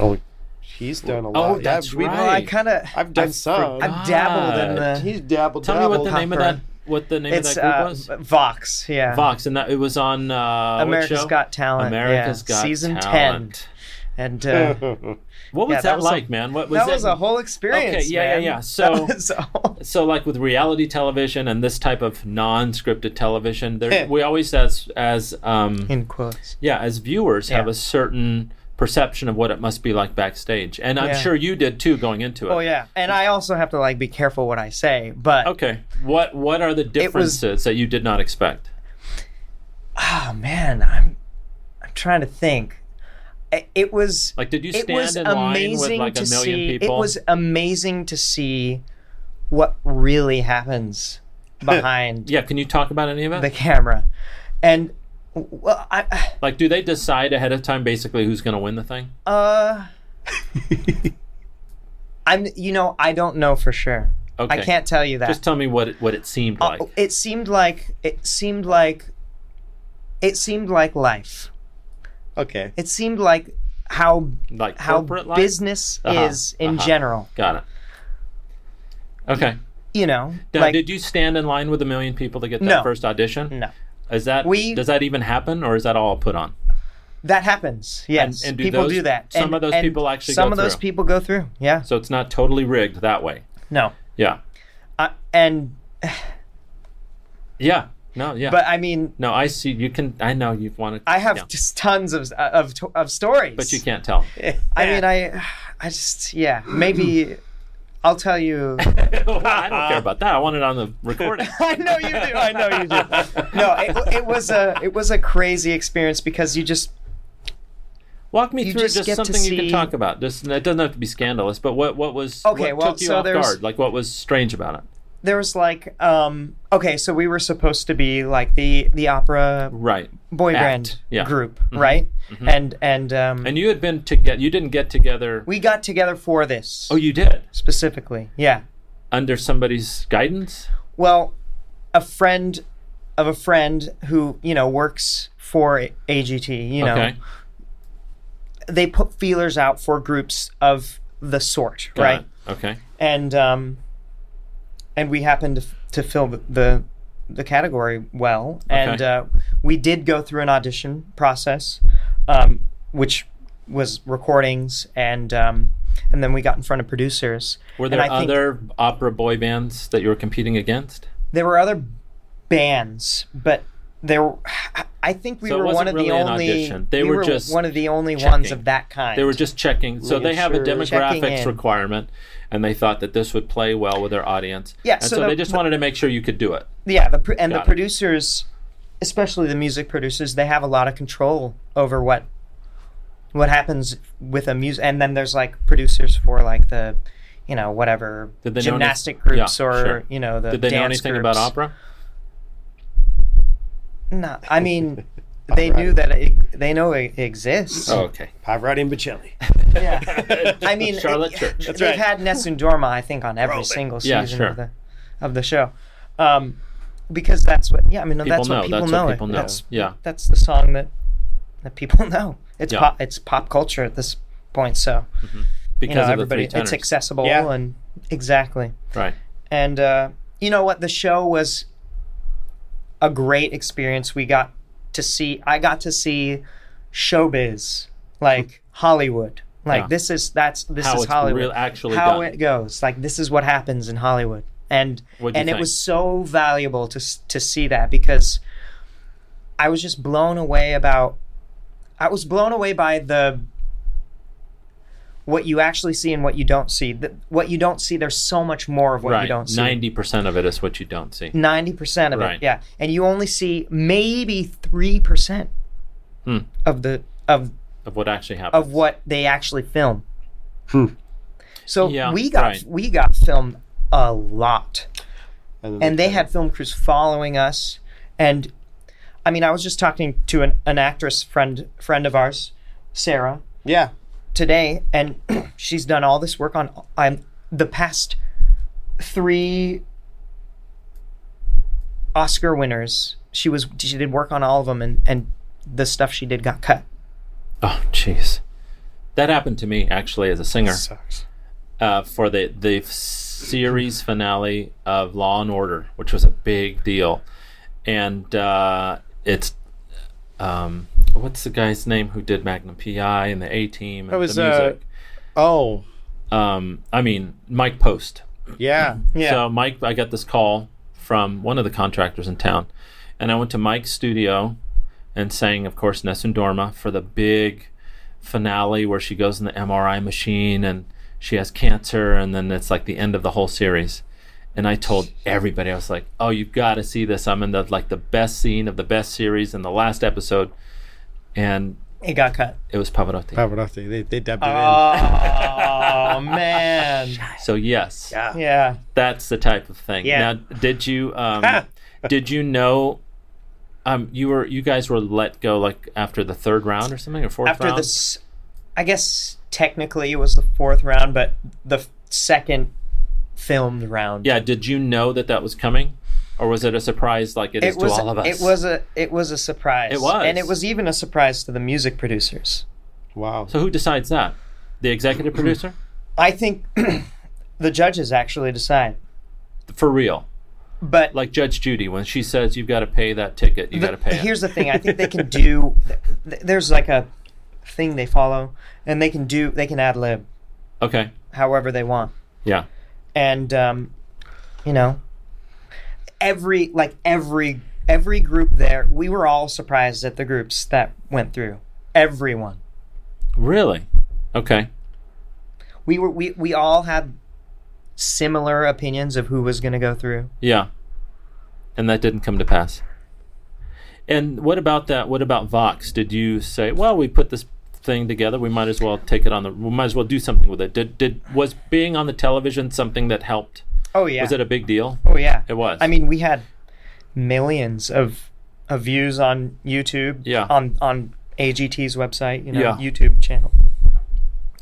Speaker 3: Oh, he's done a lot. Yeah,
Speaker 2: Oh, that's
Speaker 3: we-
Speaker 2: right.
Speaker 4: Well, I kind of
Speaker 3: I've done some.
Speaker 2: forgot.
Speaker 4: I've dabbled in
Speaker 2: God.
Speaker 4: the.
Speaker 3: he's dabbled.
Speaker 2: Tell me what the
Speaker 3: dabbled.
Speaker 2: name of
Speaker 4: Popper.
Speaker 2: that what the name
Speaker 4: it's
Speaker 2: of that group
Speaker 4: uh,
Speaker 2: was.
Speaker 4: Vox, yeah.
Speaker 2: Vox, and that it was on uh, what
Speaker 4: America's
Speaker 2: show?
Speaker 4: Got Talent.
Speaker 2: America's
Speaker 4: yeah.
Speaker 2: Got
Speaker 4: season
Speaker 2: Talent.
Speaker 4: ten, and uh,
Speaker 2: What was
Speaker 4: Yeah,
Speaker 2: that,
Speaker 4: that was a-
Speaker 2: like, man? What was
Speaker 4: that was a whole
Speaker 2: Okay,
Speaker 4: experience.
Speaker 2: yeah, yeah,
Speaker 4: man.
Speaker 2: yeah. So-
Speaker 4: that was a whole-
Speaker 2: so like with reality television and this type of non-scripted television, there we always as as um,
Speaker 4: in quotes.
Speaker 2: yeah as viewers have
Speaker 4: Yeah.
Speaker 2: a certain perception of what it must be like backstage, and I'm
Speaker 4: Yeah.
Speaker 2: sure you did too going into it.
Speaker 4: Oh yeah, and I also have to like be careful what I say, but
Speaker 2: Okay, what what are the
Speaker 4: was-
Speaker 2: differences that you did not expect?
Speaker 4: oh man, I'm I'm trying to think. I- It was
Speaker 2: Like, did you
Speaker 4: it
Speaker 2: stand
Speaker 4: was
Speaker 2: in line with
Speaker 4: amazing
Speaker 2: like a
Speaker 4: to
Speaker 2: million
Speaker 4: see.
Speaker 2: people?
Speaker 4: It was amazing to see what really happens behind
Speaker 2: yeah. Can you talk about any of it?
Speaker 4: the camera, and well, I
Speaker 2: Like, do they decide ahead of time basically who's going to win the thing?
Speaker 4: uh, I'm you know I don't know for sure.
Speaker 2: Okay.
Speaker 4: I can't tell you that.
Speaker 2: Just tell me what it, what it seemed like.
Speaker 4: Uh, it seemed like it seemed like it seemed like life.
Speaker 3: Okay.
Speaker 4: It seemed like how
Speaker 2: like
Speaker 4: how
Speaker 2: corporate life?
Speaker 4: business
Speaker 2: Uh-huh,
Speaker 4: is in
Speaker 2: uh-huh.
Speaker 4: general.
Speaker 2: Got it. Okay.
Speaker 4: You know,
Speaker 2: Now,
Speaker 4: like
Speaker 2: did you stand in line with a million people to get that
Speaker 4: No.
Speaker 2: first audition?
Speaker 4: no,
Speaker 2: Is that
Speaker 4: We-
Speaker 2: does that even happen, or is that all put on?
Speaker 4: that happens. Yes,
Speaker 2: and do
Speaker 4: people
Speaker 2: those-
Speaker 4: do that.
Speaker 2: some
Speaker 4: And-
Speaker 2: of those
Speaker 4: and
Speaker 2: people actually
Speaker 4: some
Speaker 2: go
Speaker 4: of those
Speaker 2: through.
Speaker 4: people go through. Yeah,
Speaker 2: So it's not totally rigged that way.
Speaker 4: no,
Speaker 2: Yeah.
Speaker 4: I, and
Speaker 2: Yeah. No. Yeah.
Speaker 4: but I mean,
Speaker 2: no, I see. You can. I know you want to.
Speaker 4: I have just tons of of of stories.
Speaker 2: but you can't tell.
Speaker 4: I mean, I I just yeah maybe. I'll tell you.
Speaker 2: Well, I don't care about that. I want it on the recording.
Speaker 4: I know you do. I know you do. No, it, it was a it was a crazy experience because you just
Speaker 2: Walk me
Speaker 4: You
Speaker 2: through
Speaker 4: just
Speaker 2: just,
Speaker 4: get to
Speaker 2: something you can
Speaker 4: see-
Speaker 2: talk about. Just it doesn't have to be scandalous, but what what was
Speaker 4: Okay,
Speaker 2: what
Speaker 4: well,
Speaker 2: took you
Speaker 4: so
Speaker 2: off
Speaker 4: there's-
Speaker 2: guard? Like what was strange about it?
Speaker 4: there was like um okay so we were supposed to be like the the opera
Speaker 2: Right.
Speaker 4: boy
Speaker 2: Act,
Speaker 4: band
Speaker 2: yeah. Mm-hmm.
Speaker 4: group right and and um
Speaker 2: And you had been together. You didn't get together.
Speaker 4: we got together for this
Speaker 2: oh, you did
Speaker 4: specifically yeah
Speaker 2: under somebody's guidance.
Speaker 4: well a friend of a friend who you know works for AGT you know
Speaker 2: Okay.
Speaker 4: they put feelers out for groups of the sort,
Speaker 2: Got
Speaker 4: right?
Speaker 2: it. Okay.
Speaker 4: And um, and we happened to, f- to fill the, the the category well, and
Speaker 2: Okay.
Speaker 4: uh, we did go through an audition process, um, which was recordings and um, and then we got in front of producers.
Speaker 2: Were there
Speaker 4: and I think-
Speaker 2: other opera boy bands that you were competing against?
Speaker 4: there were other bands, but there, I think we
Speaker 2: So it
Speaker 4: were
Speaker 2: wasn't
Speaker 4: one of
Speaker 2: really
Speaker 4: the
Speaker 2: an
Speaker 4: only.
Speaker 2: audition. They
Speaker 4: we
Speaker 2: were just
Speaker 4: one of the only ones
Speaker 2: checking.
Speaker 4: of that kind.
Speaker 2: They were just checking. So they have a
Speaker 3: Making
Speaker 4: sure. Checking
Speaker 2: demographics
Speaker 4: in.
Speaker 2: requirement, and they thought that this would play well with their audience.
Speaker 4: Yeah,
Speaker 2: And so,
Speaker 4: so the-
Speaker 2: they just
Speaker 4: the-
Speaker 2: wanted to make sure you could do it.
Speaker 4: yeah, the pr- and the
Speaker 2: Got it.
Speaker 4: producers, especially the music producers, they have a lot of control over what what happens with a music. And then there's like producers for like the, you know, whatever
Speaker 2: Did they know any-
Speaker 4: gymnastic
Speaker 2: Yeah,
Speaker 4: groups or
Speaker 2: sure.
Speaker 4: you know the
Speaker 2: Did they know
Speaker 4: dance
Speaker 2: anything
Speaker 4: groups.
Speaker 2: about opera?
Speaker 4: No, I mean. They knew
Speaker 3: Alright.
Speaker 4: that it, they know it exists.
Speaker 2: Oh, okay.
Speaker 3: Pavarotti and Bocelli.
Speaker 4: Yeah. I mean,
Speaker 2: Charlotte
Speaker 4: it-
Speaker 2: Church.
Speaker 3: That's
Speaker 4: they've
Speaker 3: right.
Speaker 4: had Nessun Dorma, I think, on every
Speaker 3: Roll it.
Speaker 4: single
Speaker 2: Yeah,
Speaker 4: season
Speaker 2: sure.
Speaker 4: of the of the show, um, because that's what. Yeah, I mean,
Speaker 2: People
Speaker 4: that's
Speaker 2: know.
Speaker 4: what people
Speaker 2: that's
Speaker 4: know.
Speaker 2: what
Speaker 4: it-
Speaker 2: people know.
Speaker 4: That's,
Speaker 2: yeah.
Speaker 4: that's the song that that people know. It's
Speaker 2: Yeah.
Speaker 4: pop. It's pop culture at this point. So you
Speaker 2: Because
Speaker 4: know,
Speaker 2: of the three
Speaker 4: everybody.
Speaker 2: tenors.
Speaker 4: It's accessible
Speaker 3: Yeah.
Speaker 4: and exactly.
Speaker 2: right.
Speaker 4: And uh, you know what? The show was a great experience. We got to see. I got to see showbiz, like Hollywood. Like
Speaker 2: Yeah.
Speaker 4: this is that's this
Speaker 2: How
Speaker 4: is
Speaker 2: it's
Speaker 4: Hollywood.
Speaker 2: real- actually
Speaker 4: how
Speaker 2: done.
Speaker 4: it goes. Like this is what happens in Hollywood. And
Speaker 2: What'd you
Speaker 4: and it
Speaker 2: think?
Speaker 4: was so valuable to s- to see that because I was just blown away about. I was blown away by the what you actually see and what you don't see. The, what you don't see, there's so much more of what you
Speaker 2: Right.
Speaker 4: don't see. Mm.
Speaker 2: Ninety percent of it is what you don't see.
Speaker 4: 90% of
Speaker 2: Right.
Speaker 4: it yeah and you only see maybe 3%
Speaker 2: Hmm.
Speaker 4: of the of
Speaker 2: Of what actually happened.
Speaker 4: of what they actually film
Speaker 3: Hmm.
Speaker 4: so
Speaker 2: Yeah,
Speaker 4: we got
Speaker 2: right.
Speaker 4: we got filmed a lot
Speaker 3: And, then
Speaker 4: and they had film crews following us and i mean i was just talking to an, an actress friend friend of ours sarah
Speaker 3: yeah,
Speaker 4: today, and she's done all this work on um, the past three Oscar winners. She was she did work on all of them, and and the stuff she did got cut.
Speaker 2: oh, jeez. That happened to me actually as a singer.
Speaker 3: sucks.
Speaker 2: uh, for the the f- series finale of Law and Order, which was a big deal, and uh, it's um, what's the guy's name who did Magnum PI and the A Team and
Speaker 3: That was
Speaker 2: the music?
Speaker 3: uh, oh
Speaker 2: um, I mean Mike Post.
Speaker 3: yeah,
Speaker 4: Yeah.
Speaker 2: So Mike, I got this call from one of the contractors in town, and I went to Mike's studio and sang, of course, Nessun Dorma for the big finale where she goes in the MRI machine and she has cancer, and then it's like the end of the whole series. And I told everybody, I was like, "Oh, you've got to see this! I'm in the like the best scene of the best series in the last episode," and
Speaker 4: It got cut.
Speaker 2: it was Pavarotti.
Speaker 3: Pavarotti. They they dubbed it
Speaker 4: Uh, Oh man!
Speaker 2: so yes,
Speaker 3: in. Yeah.
Speaker 4: Yeah.
Speaker 2: That's the type of thing.
Speaker 4: Yeah.
Speaker 2: Now, did you um, did you know um, you were you guys were let go like after the third round or something or fourth
Speaker 4: After
Speaker 2: round?
Speaker 4: this, I guess technically it was the fourth round, but the second filmed round.
Speaker 2: Yeah. Did you know that that was coming, or was it a surprise like it is
Speaker 4: It was,
Speaker 2: to all of us?
Speaker 4: it was a it was a surprise.
Speaker 2: It was.
Speaker 4: and it was even a surprise to the music producers.
Speaker 3: Wow.
Speaker 2: So who decides that? The
Speaker 4: Hmm.
Speaker 2: executive producer?
Speaker 4: I think the judges actually decide.
Speaker 2: For real?
Speaker 4: But
Speaker 2: Like Judge Judy when she says you've got to pay that ticket, you
Speaker 4: the-
Speaker 2: got to pay
Speaker 4: here's
Speaker 2: it.
Speaker 4: the thing: I think they can do. th- th- There's like a thing they follow, and they can do. They can ad lib
Speaker 2: Okay.
Speaker 4: however they want,
Speaker 2: Yeah.
Speaker 4: and um, you know, every like every every group there, we were all surprised at the groups that went through. Everyone.
Speaker 2: Really? Okay.
Speaker 4: we were we, we all had similar opinions of who was going to go through
Speaker 2: Yeah. And that didn't come to pass. And what about that? What about Vox? Did you say, well, we put this thing together, we might as well take it on the, we might as well do something with it? Did, did was being on the television something that helped?
Speaker 4: oh yeah
Speaker 2: Was it a big deal?
Speaker 4: oh yeah
Speaker 2: It was.
Speaker 4: i mean we had millions of of views on youtube
Speaker 2: Yeah.
Speaker 4: on on agt's website you know
Speaker 2: Yeah.
Speaker 4: youtube channel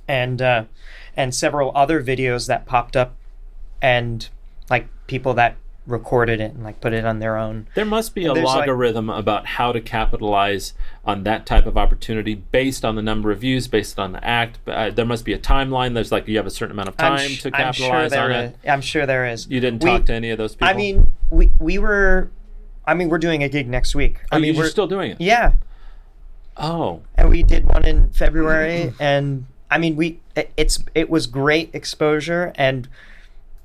Speaker 4: and uh and several other videos that popped up and like people that recorded it and like put it on their own.
Speaker 2: There must be a
Speaker 4: there's, like-
Speaker 2: logarithm about how to capitalize on that type of opportunity based on the number of views, based on the act. But, Uh, there must be a timeline. There's like you have a certain amount of time
Speaker 4: sh-
Speaker 2: to capitalize
Speaker 4: there
Speaker 2: on
Speaker 4: is-
Speaker 2: it.
Speaker 4: I'm sure there is.
Speaker 2: You didn't
Speaker 4: We-
Speaker 2: talk to any of those people.
Speaker 4: I mean, we we were, I mean, we're doing a gig next week.
Speaker 2: Oh,
Speaker 4: I mean,
Speaker 2: you're
Speaker 4: we're
Speaker 2: still doing it.
Speaker 4: yeah,
Speaker 2: Oh,
Speaker 4: and we did one in February, and I mean, we it- it's it was great exposure, and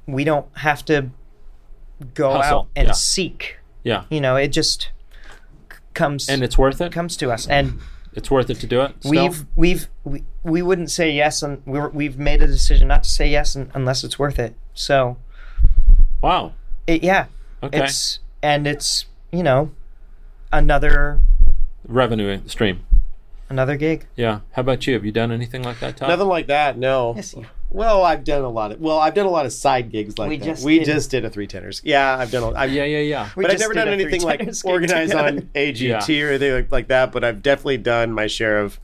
Speaker 4: we don't have to go
Speaker 2: Hustle,
Speaker 4: out and
Speaker 2: yeah.
Speaker 4: seek.
Speaker 2: yeah.
Speaker 4: You know, it just c- comes
Speaker 2: And it's worth it.
Speaker 4: comes to us, and
Speaker 2: It's worth it to do it. Still?
Speaker 4: we've we've we, we wouldn't say yes, and we were, we've made a decision not to say yes un unless it's worth it. So
Speaker 2: wow.
Speaker 4: it, yeah,
Speaker 2: Okay.
Speaker 4: it's and it's you know another
Speaker 2: Revenue stream.
Speaker 4: another gig.
Speaker 2: Yeah. How about you? Have you done anything like that, Todd?
Speaker 3: Nothing like that. No. Well, I've done a lot of well, I've done a lot of side gigs like
Speaker 4: We
Speaker 3: that.
Speaker 4: just
Speaker 3: we
Speaker 4: did-
Speaker 3: just did a three tenors. Yeah, I've done. A, I've,
Speaker 2: Yeah, yeah, yeah.
Speaker 4: We
Speaker 3: but I've
Speaker 4: just
Speaker 3: never
Speaker 4: did
Speaker 3: done
Speaker 4: a
Speaker 3: anything
Speaker 4: three
Speaker 3: like
Speaker 4: tenors gig
Speaker 3: organized
Speaker 4: together.
Speaker 3: on AGT or anything like, like that. But I've definitely done my share of.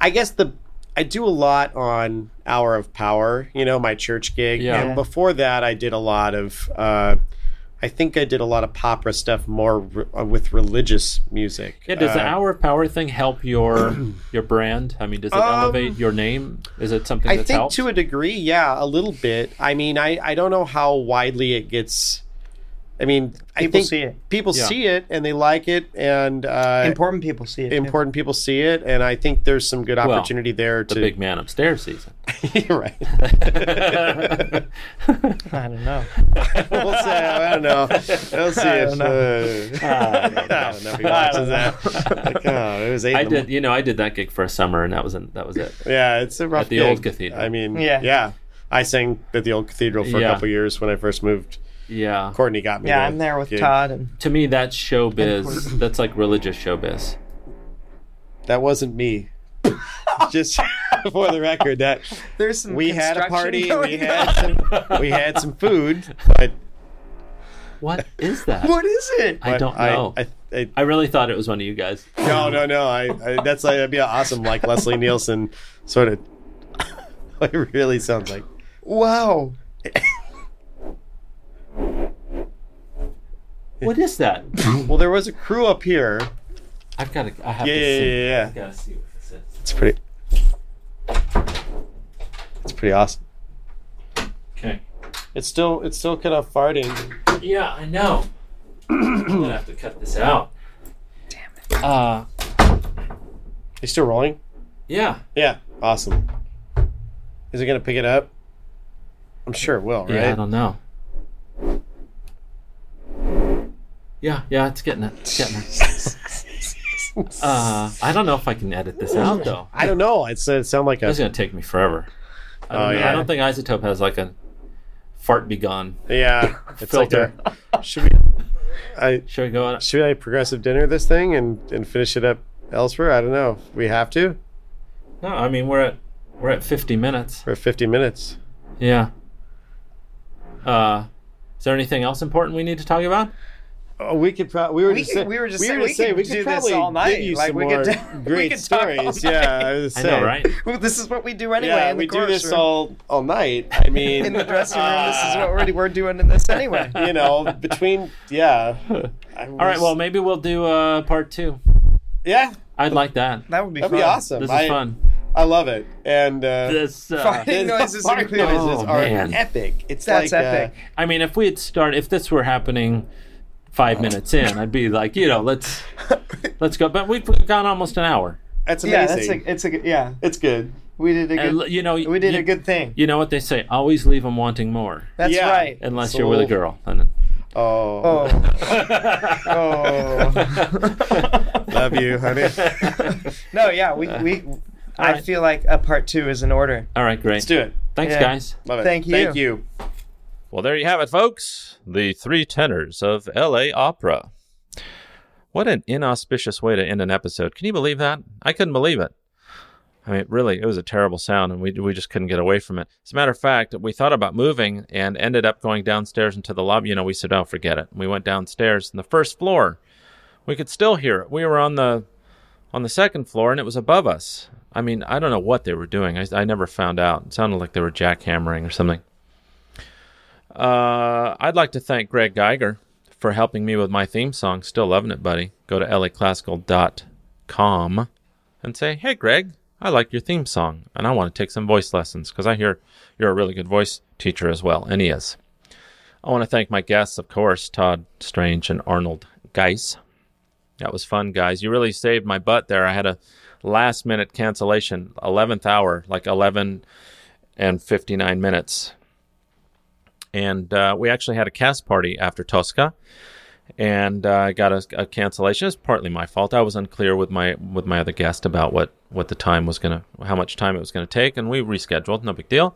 Speaker 3: I guess the I do a lot on Hour of Power. You know, my church gig.
Speaker 2: Yeah.
Speaker 3: And before that, I did a lot of. Uh, I think I did a lot of popra stuff more re- uh, with religious music.
Speaker 2: Yeah, does the
Speaker 3: Uh,
Speaker 2: hour of power thing help your your brand? I mean, does it elevate your name? Is it something
Speaker 3: Um, I
Speaker 2: that's
Speaker 3: think
Speaker 2: helped?
Speaker 3: to a degree, yeah, a little bit. I mean, I, I don't know how widely it gets. I mean, I
Speaker 4: People
Speaker 3: think
Speaker 4: see it.
Speaker 3: People
Speaker 2: Yeah.
Speaker 3: see it and they like it, and uh,
Speaker 4: Important people see it. too.
Speaker 3: important people see it, and I think there's some good opportunity there
Speaker 2: the
Speaker 3: to.
Speaker 2: big man upstairs season.
Speaker 3: You're right.
Speaker 4: I don't know.
Speaker 3: we'll say, I don't know. We'll see
Speaker 4: I
Speaker 3: if.
Speaker 4: don't
Speaker 3: uh, I don't know if he watches that. Like, oh, it was eight.
Speaker 2: I
Speaker 3: in the
Speaker 2: did, you know, I did that gig for a summer, and that was that was it.
Speaker 3: Yeah, it's a rough
Speaker 2: At the
Speaker 3: gig.
Speaker 2: old cathedral.
Speaker 3: I mean, yeah,
Speaker 4: Yeah.
Speaker 3: I sang at the old cathedral for
Speaker 2: Yeah.
Speaker 3: a couple years when I first moved.
Speaker 2: Yeah,
Speaker 3: Courtney got me.
Speaker 4: Yeah,
Speaker 3: the
Speaker 4: I'm there with
Speaker 3: gig.
Speaker 4: Todd, and
Speaker 2: to me, that's showbiz. That's like religious showbiz.
Speaker 3: That wasn't me. Just for the record, that
Speaker 4: there's some.
Speaker 3: we had a party, and we
Speaker 4: Going
Speaker 3: had some, we had some food, but
Speaker 2: What is that?
Speaker 4: What is it?
Speaker 2: I don't know. I,
Speaker 3: I, I,
Speaker 2: really thought it was one of you guys.
Speaker 3: no, no, no. I, I that's like that'd be an awesome, like Leslie Nielsen sort of. it really sounds like.
Speaker 4: Wow.
Speaker 2: What is that?
Speaker 3: Well, there was a crew up here.
Speaker 2: I've got to. I have
Speaker 3: Yeah,
Speaker 2: to
Speaker 3: yeah,
Speaker 2: see.
Speaker 3: yeah, yeah.
Speaker 2: I gotta see what this is.
Speaker 3: It's pretty. It's pretty awesome.
Speaker 2: Okay.
Speaker 3: It's still, it's still kind of farting.
Speaker 2: Yeah, I know. I'm gonna have to cut this out. Damn it. Uh,
Speaker 3: You still rolling?
Speaker 2: yeah.
Speaker 3: Yeah. Awesome. Is it gonna pick it up? I'm sure it will, right?
Speaker 2: Yeah, I don't know. Yeah, yeah, it's getting it. It's getting it. uh, I don't know if I can edit this out though.
Speaker 3: I don't know. It's uh, it sound like a
Speaker 2: It's gonna take me forever. I
Speaker 3: Oh,
Speaker 2: don't, know.
Speaker 3: yeah.
Speaker 2: I don't think Isotope has like a fart be gone.
Speaker 3: yeah. It's like
Speaker 2: Filter.
Speaker 3: a should we I
Speaker 2: Should we go on?
Speaker 3: should I progressive dinner this thing and and finish it up elsewhere? I don't know. We have to
Speaker 2: No, I mean we're at we're at 50 minutes.
Speaker 3: for 50 minutes.
Speaker 2: Yeah. Uh, is there anything else important we need to talk about?
Speaker 3: Oh, we could probably we were
Speaker 4: We
Speaker 3: just
Speaker 4: could-
Speaker 3: say-
Speaker 4: we were just saying
Speaker 3: gonna
Speaker 4: we
Speaker 3: say
Speaker 4: could
Speaker 3: we
Speaker 4: do this
Speaker 3: probably
Speaker 4: all night.
Speaker 3: give you
Speaker 4: Like,
Speaker 3: some
Speaker 4: we could
Speaker 3: more
Speaker 4: do- we
Speaker 3: great
Speaker 4: could talk all
Speaker 3: stories. Yeah, I was
Speaker 2: I
Speaker 3: saying.
Speaker 2: know, right?
Speaker 4: Well, this is what we do anyway.
Speaker 3: Yeah,
Speaker 4: in the
Speaker 3: we do
Speaker 4: chorus
Speaker 3: this
Speaker 4: room.
Speaker 3: all all night. I mean, uh,
Speaker 4: in the dressing room. this is what we're, we're doing in this anyway.
Speaker 3: you know, between yeah.
Speaker 2: All right. Well, maybe we'll do uh, part two.
Speaker 3: yeah,
Speaker 2: I'd like that.
Speaker 4: That would be
Speaker 3: that'd be
Speaker 4: fun.
Speaker 3: awesome.
Speaker 2: This is
Speaker 3: I,
Speaker 2: fun.
Speaker 3: I love it. And uh,
Speaker 2: This. Uh,
Speaker 4: Fine. noises
Speaker 3: fart
Speaker 4: included.
Speaker 3: noises
Speaker 2: Oh,
Speaker 3: are
Speaker 2: man.
Speaker 3: epic. It's
Speaker 4: That's
Speaker 3: like, uh,
Speaker 4: epic.
Speaker 2: I mean, if we had started, if this were happening five minutes in, I'd be like, you know, let's let's go. But we've gone almost an hour.
Speaker 3: uh, that's amazing.
Speaker 4: yeah, that's a, it's a good- yeah.
Speaker 3: it's good.
Speaker 4: We did a
Speaker 2: And,
Speaker 4: good.
Speaker 2: you know,
Speaker 4: We did
Speaker 2: you,
Speaker 4: a good thing.
Speaker 2: You know what they say? Always leave them wanting more,
Speaker 4: That's
Speaker 3: Yeah.
Speaker 4: right.
Speaker 2: unless you're with a
Speaker 3: So-
Speaker 2: girl. And
Speaker 3: Oh,
Speaker 4: Oh. oh.
Speaker 3: love you, honey.
Speaker 4: No, yeah, we we. I
Speaker 2: right.
Speaker 4: feel like a part two is in order.
Speaker 2: all right, great.
Speaker 3: Let's do it.
Speaker 2: Thanks,
Speaker 4: Yeah.
Speaker 2: guys.
Speaker 3: Love it.
Speaker 4: Thank you.
Speaker 3: Thank you.
Speaker 5: Well, there you have it, folks. The three tenors of LA Opera. What an inauspicious way to end an episode. Can you believe that? I couldn't believe it. I mean, really, it was a terrible sound, and we, we just couldn't get away from it. As a matter of fact, we thought about moving and ended up going downstairs into the lobby. You know, we said, oh, forget it. We went downstairs, and the first floor, we could still hear it. We were on the on the second floor, and it was above us. I mean, I don't know what they were doing. I, I never found out. It sounded like they were jackhammering or something.
Speaker 2: Uh, I'd like to thank Greg Geiger for helping me with my theme song. Still loving it, buddy. Go to laclassical.com and say, hey, Greg, I like your theme song and I want to take some voice lessons because I hear you're a really good voice teacher as well. And he is. I want to thank my guests, of course, Todd Strange and Arnold Geis. That was fun, guys. You really saved my butt there. I had a last minute cancellation, 11th hour, like 11 and 59 minutes. And uh, we actually had a cast party after Tosca, and uh, I got a, a cancellation. It's partly my fault. I was unclear with my with my other guest about what what the time was gonna, how much time it was gonna take, and we rescheduled. No big deal.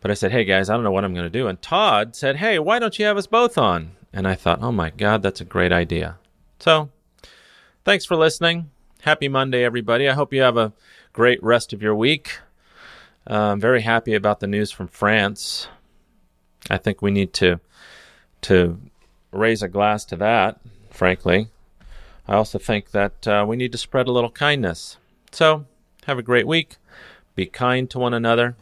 Speaker 2: But I said, hey guys, I don't know what I'm going to do. And Todd said, hey, why don't you have us both on? And I thought, oh my God, that's a great idea. So thanks for listening. Happy Monday, everybody. I hope you have a great rest of your week. Uh, I'm very happy about the news from France. I think we need to to raise a glass to that, frankly. I also think that uh, we need to spread a little kindness. So have a great week. Be kind to one another.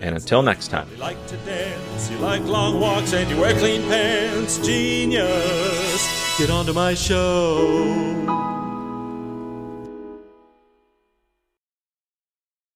Speaker 2: And until next time.
Speaker 1: You like to dance, you like long walks, and you wear clean pants. Genius, get onto my show.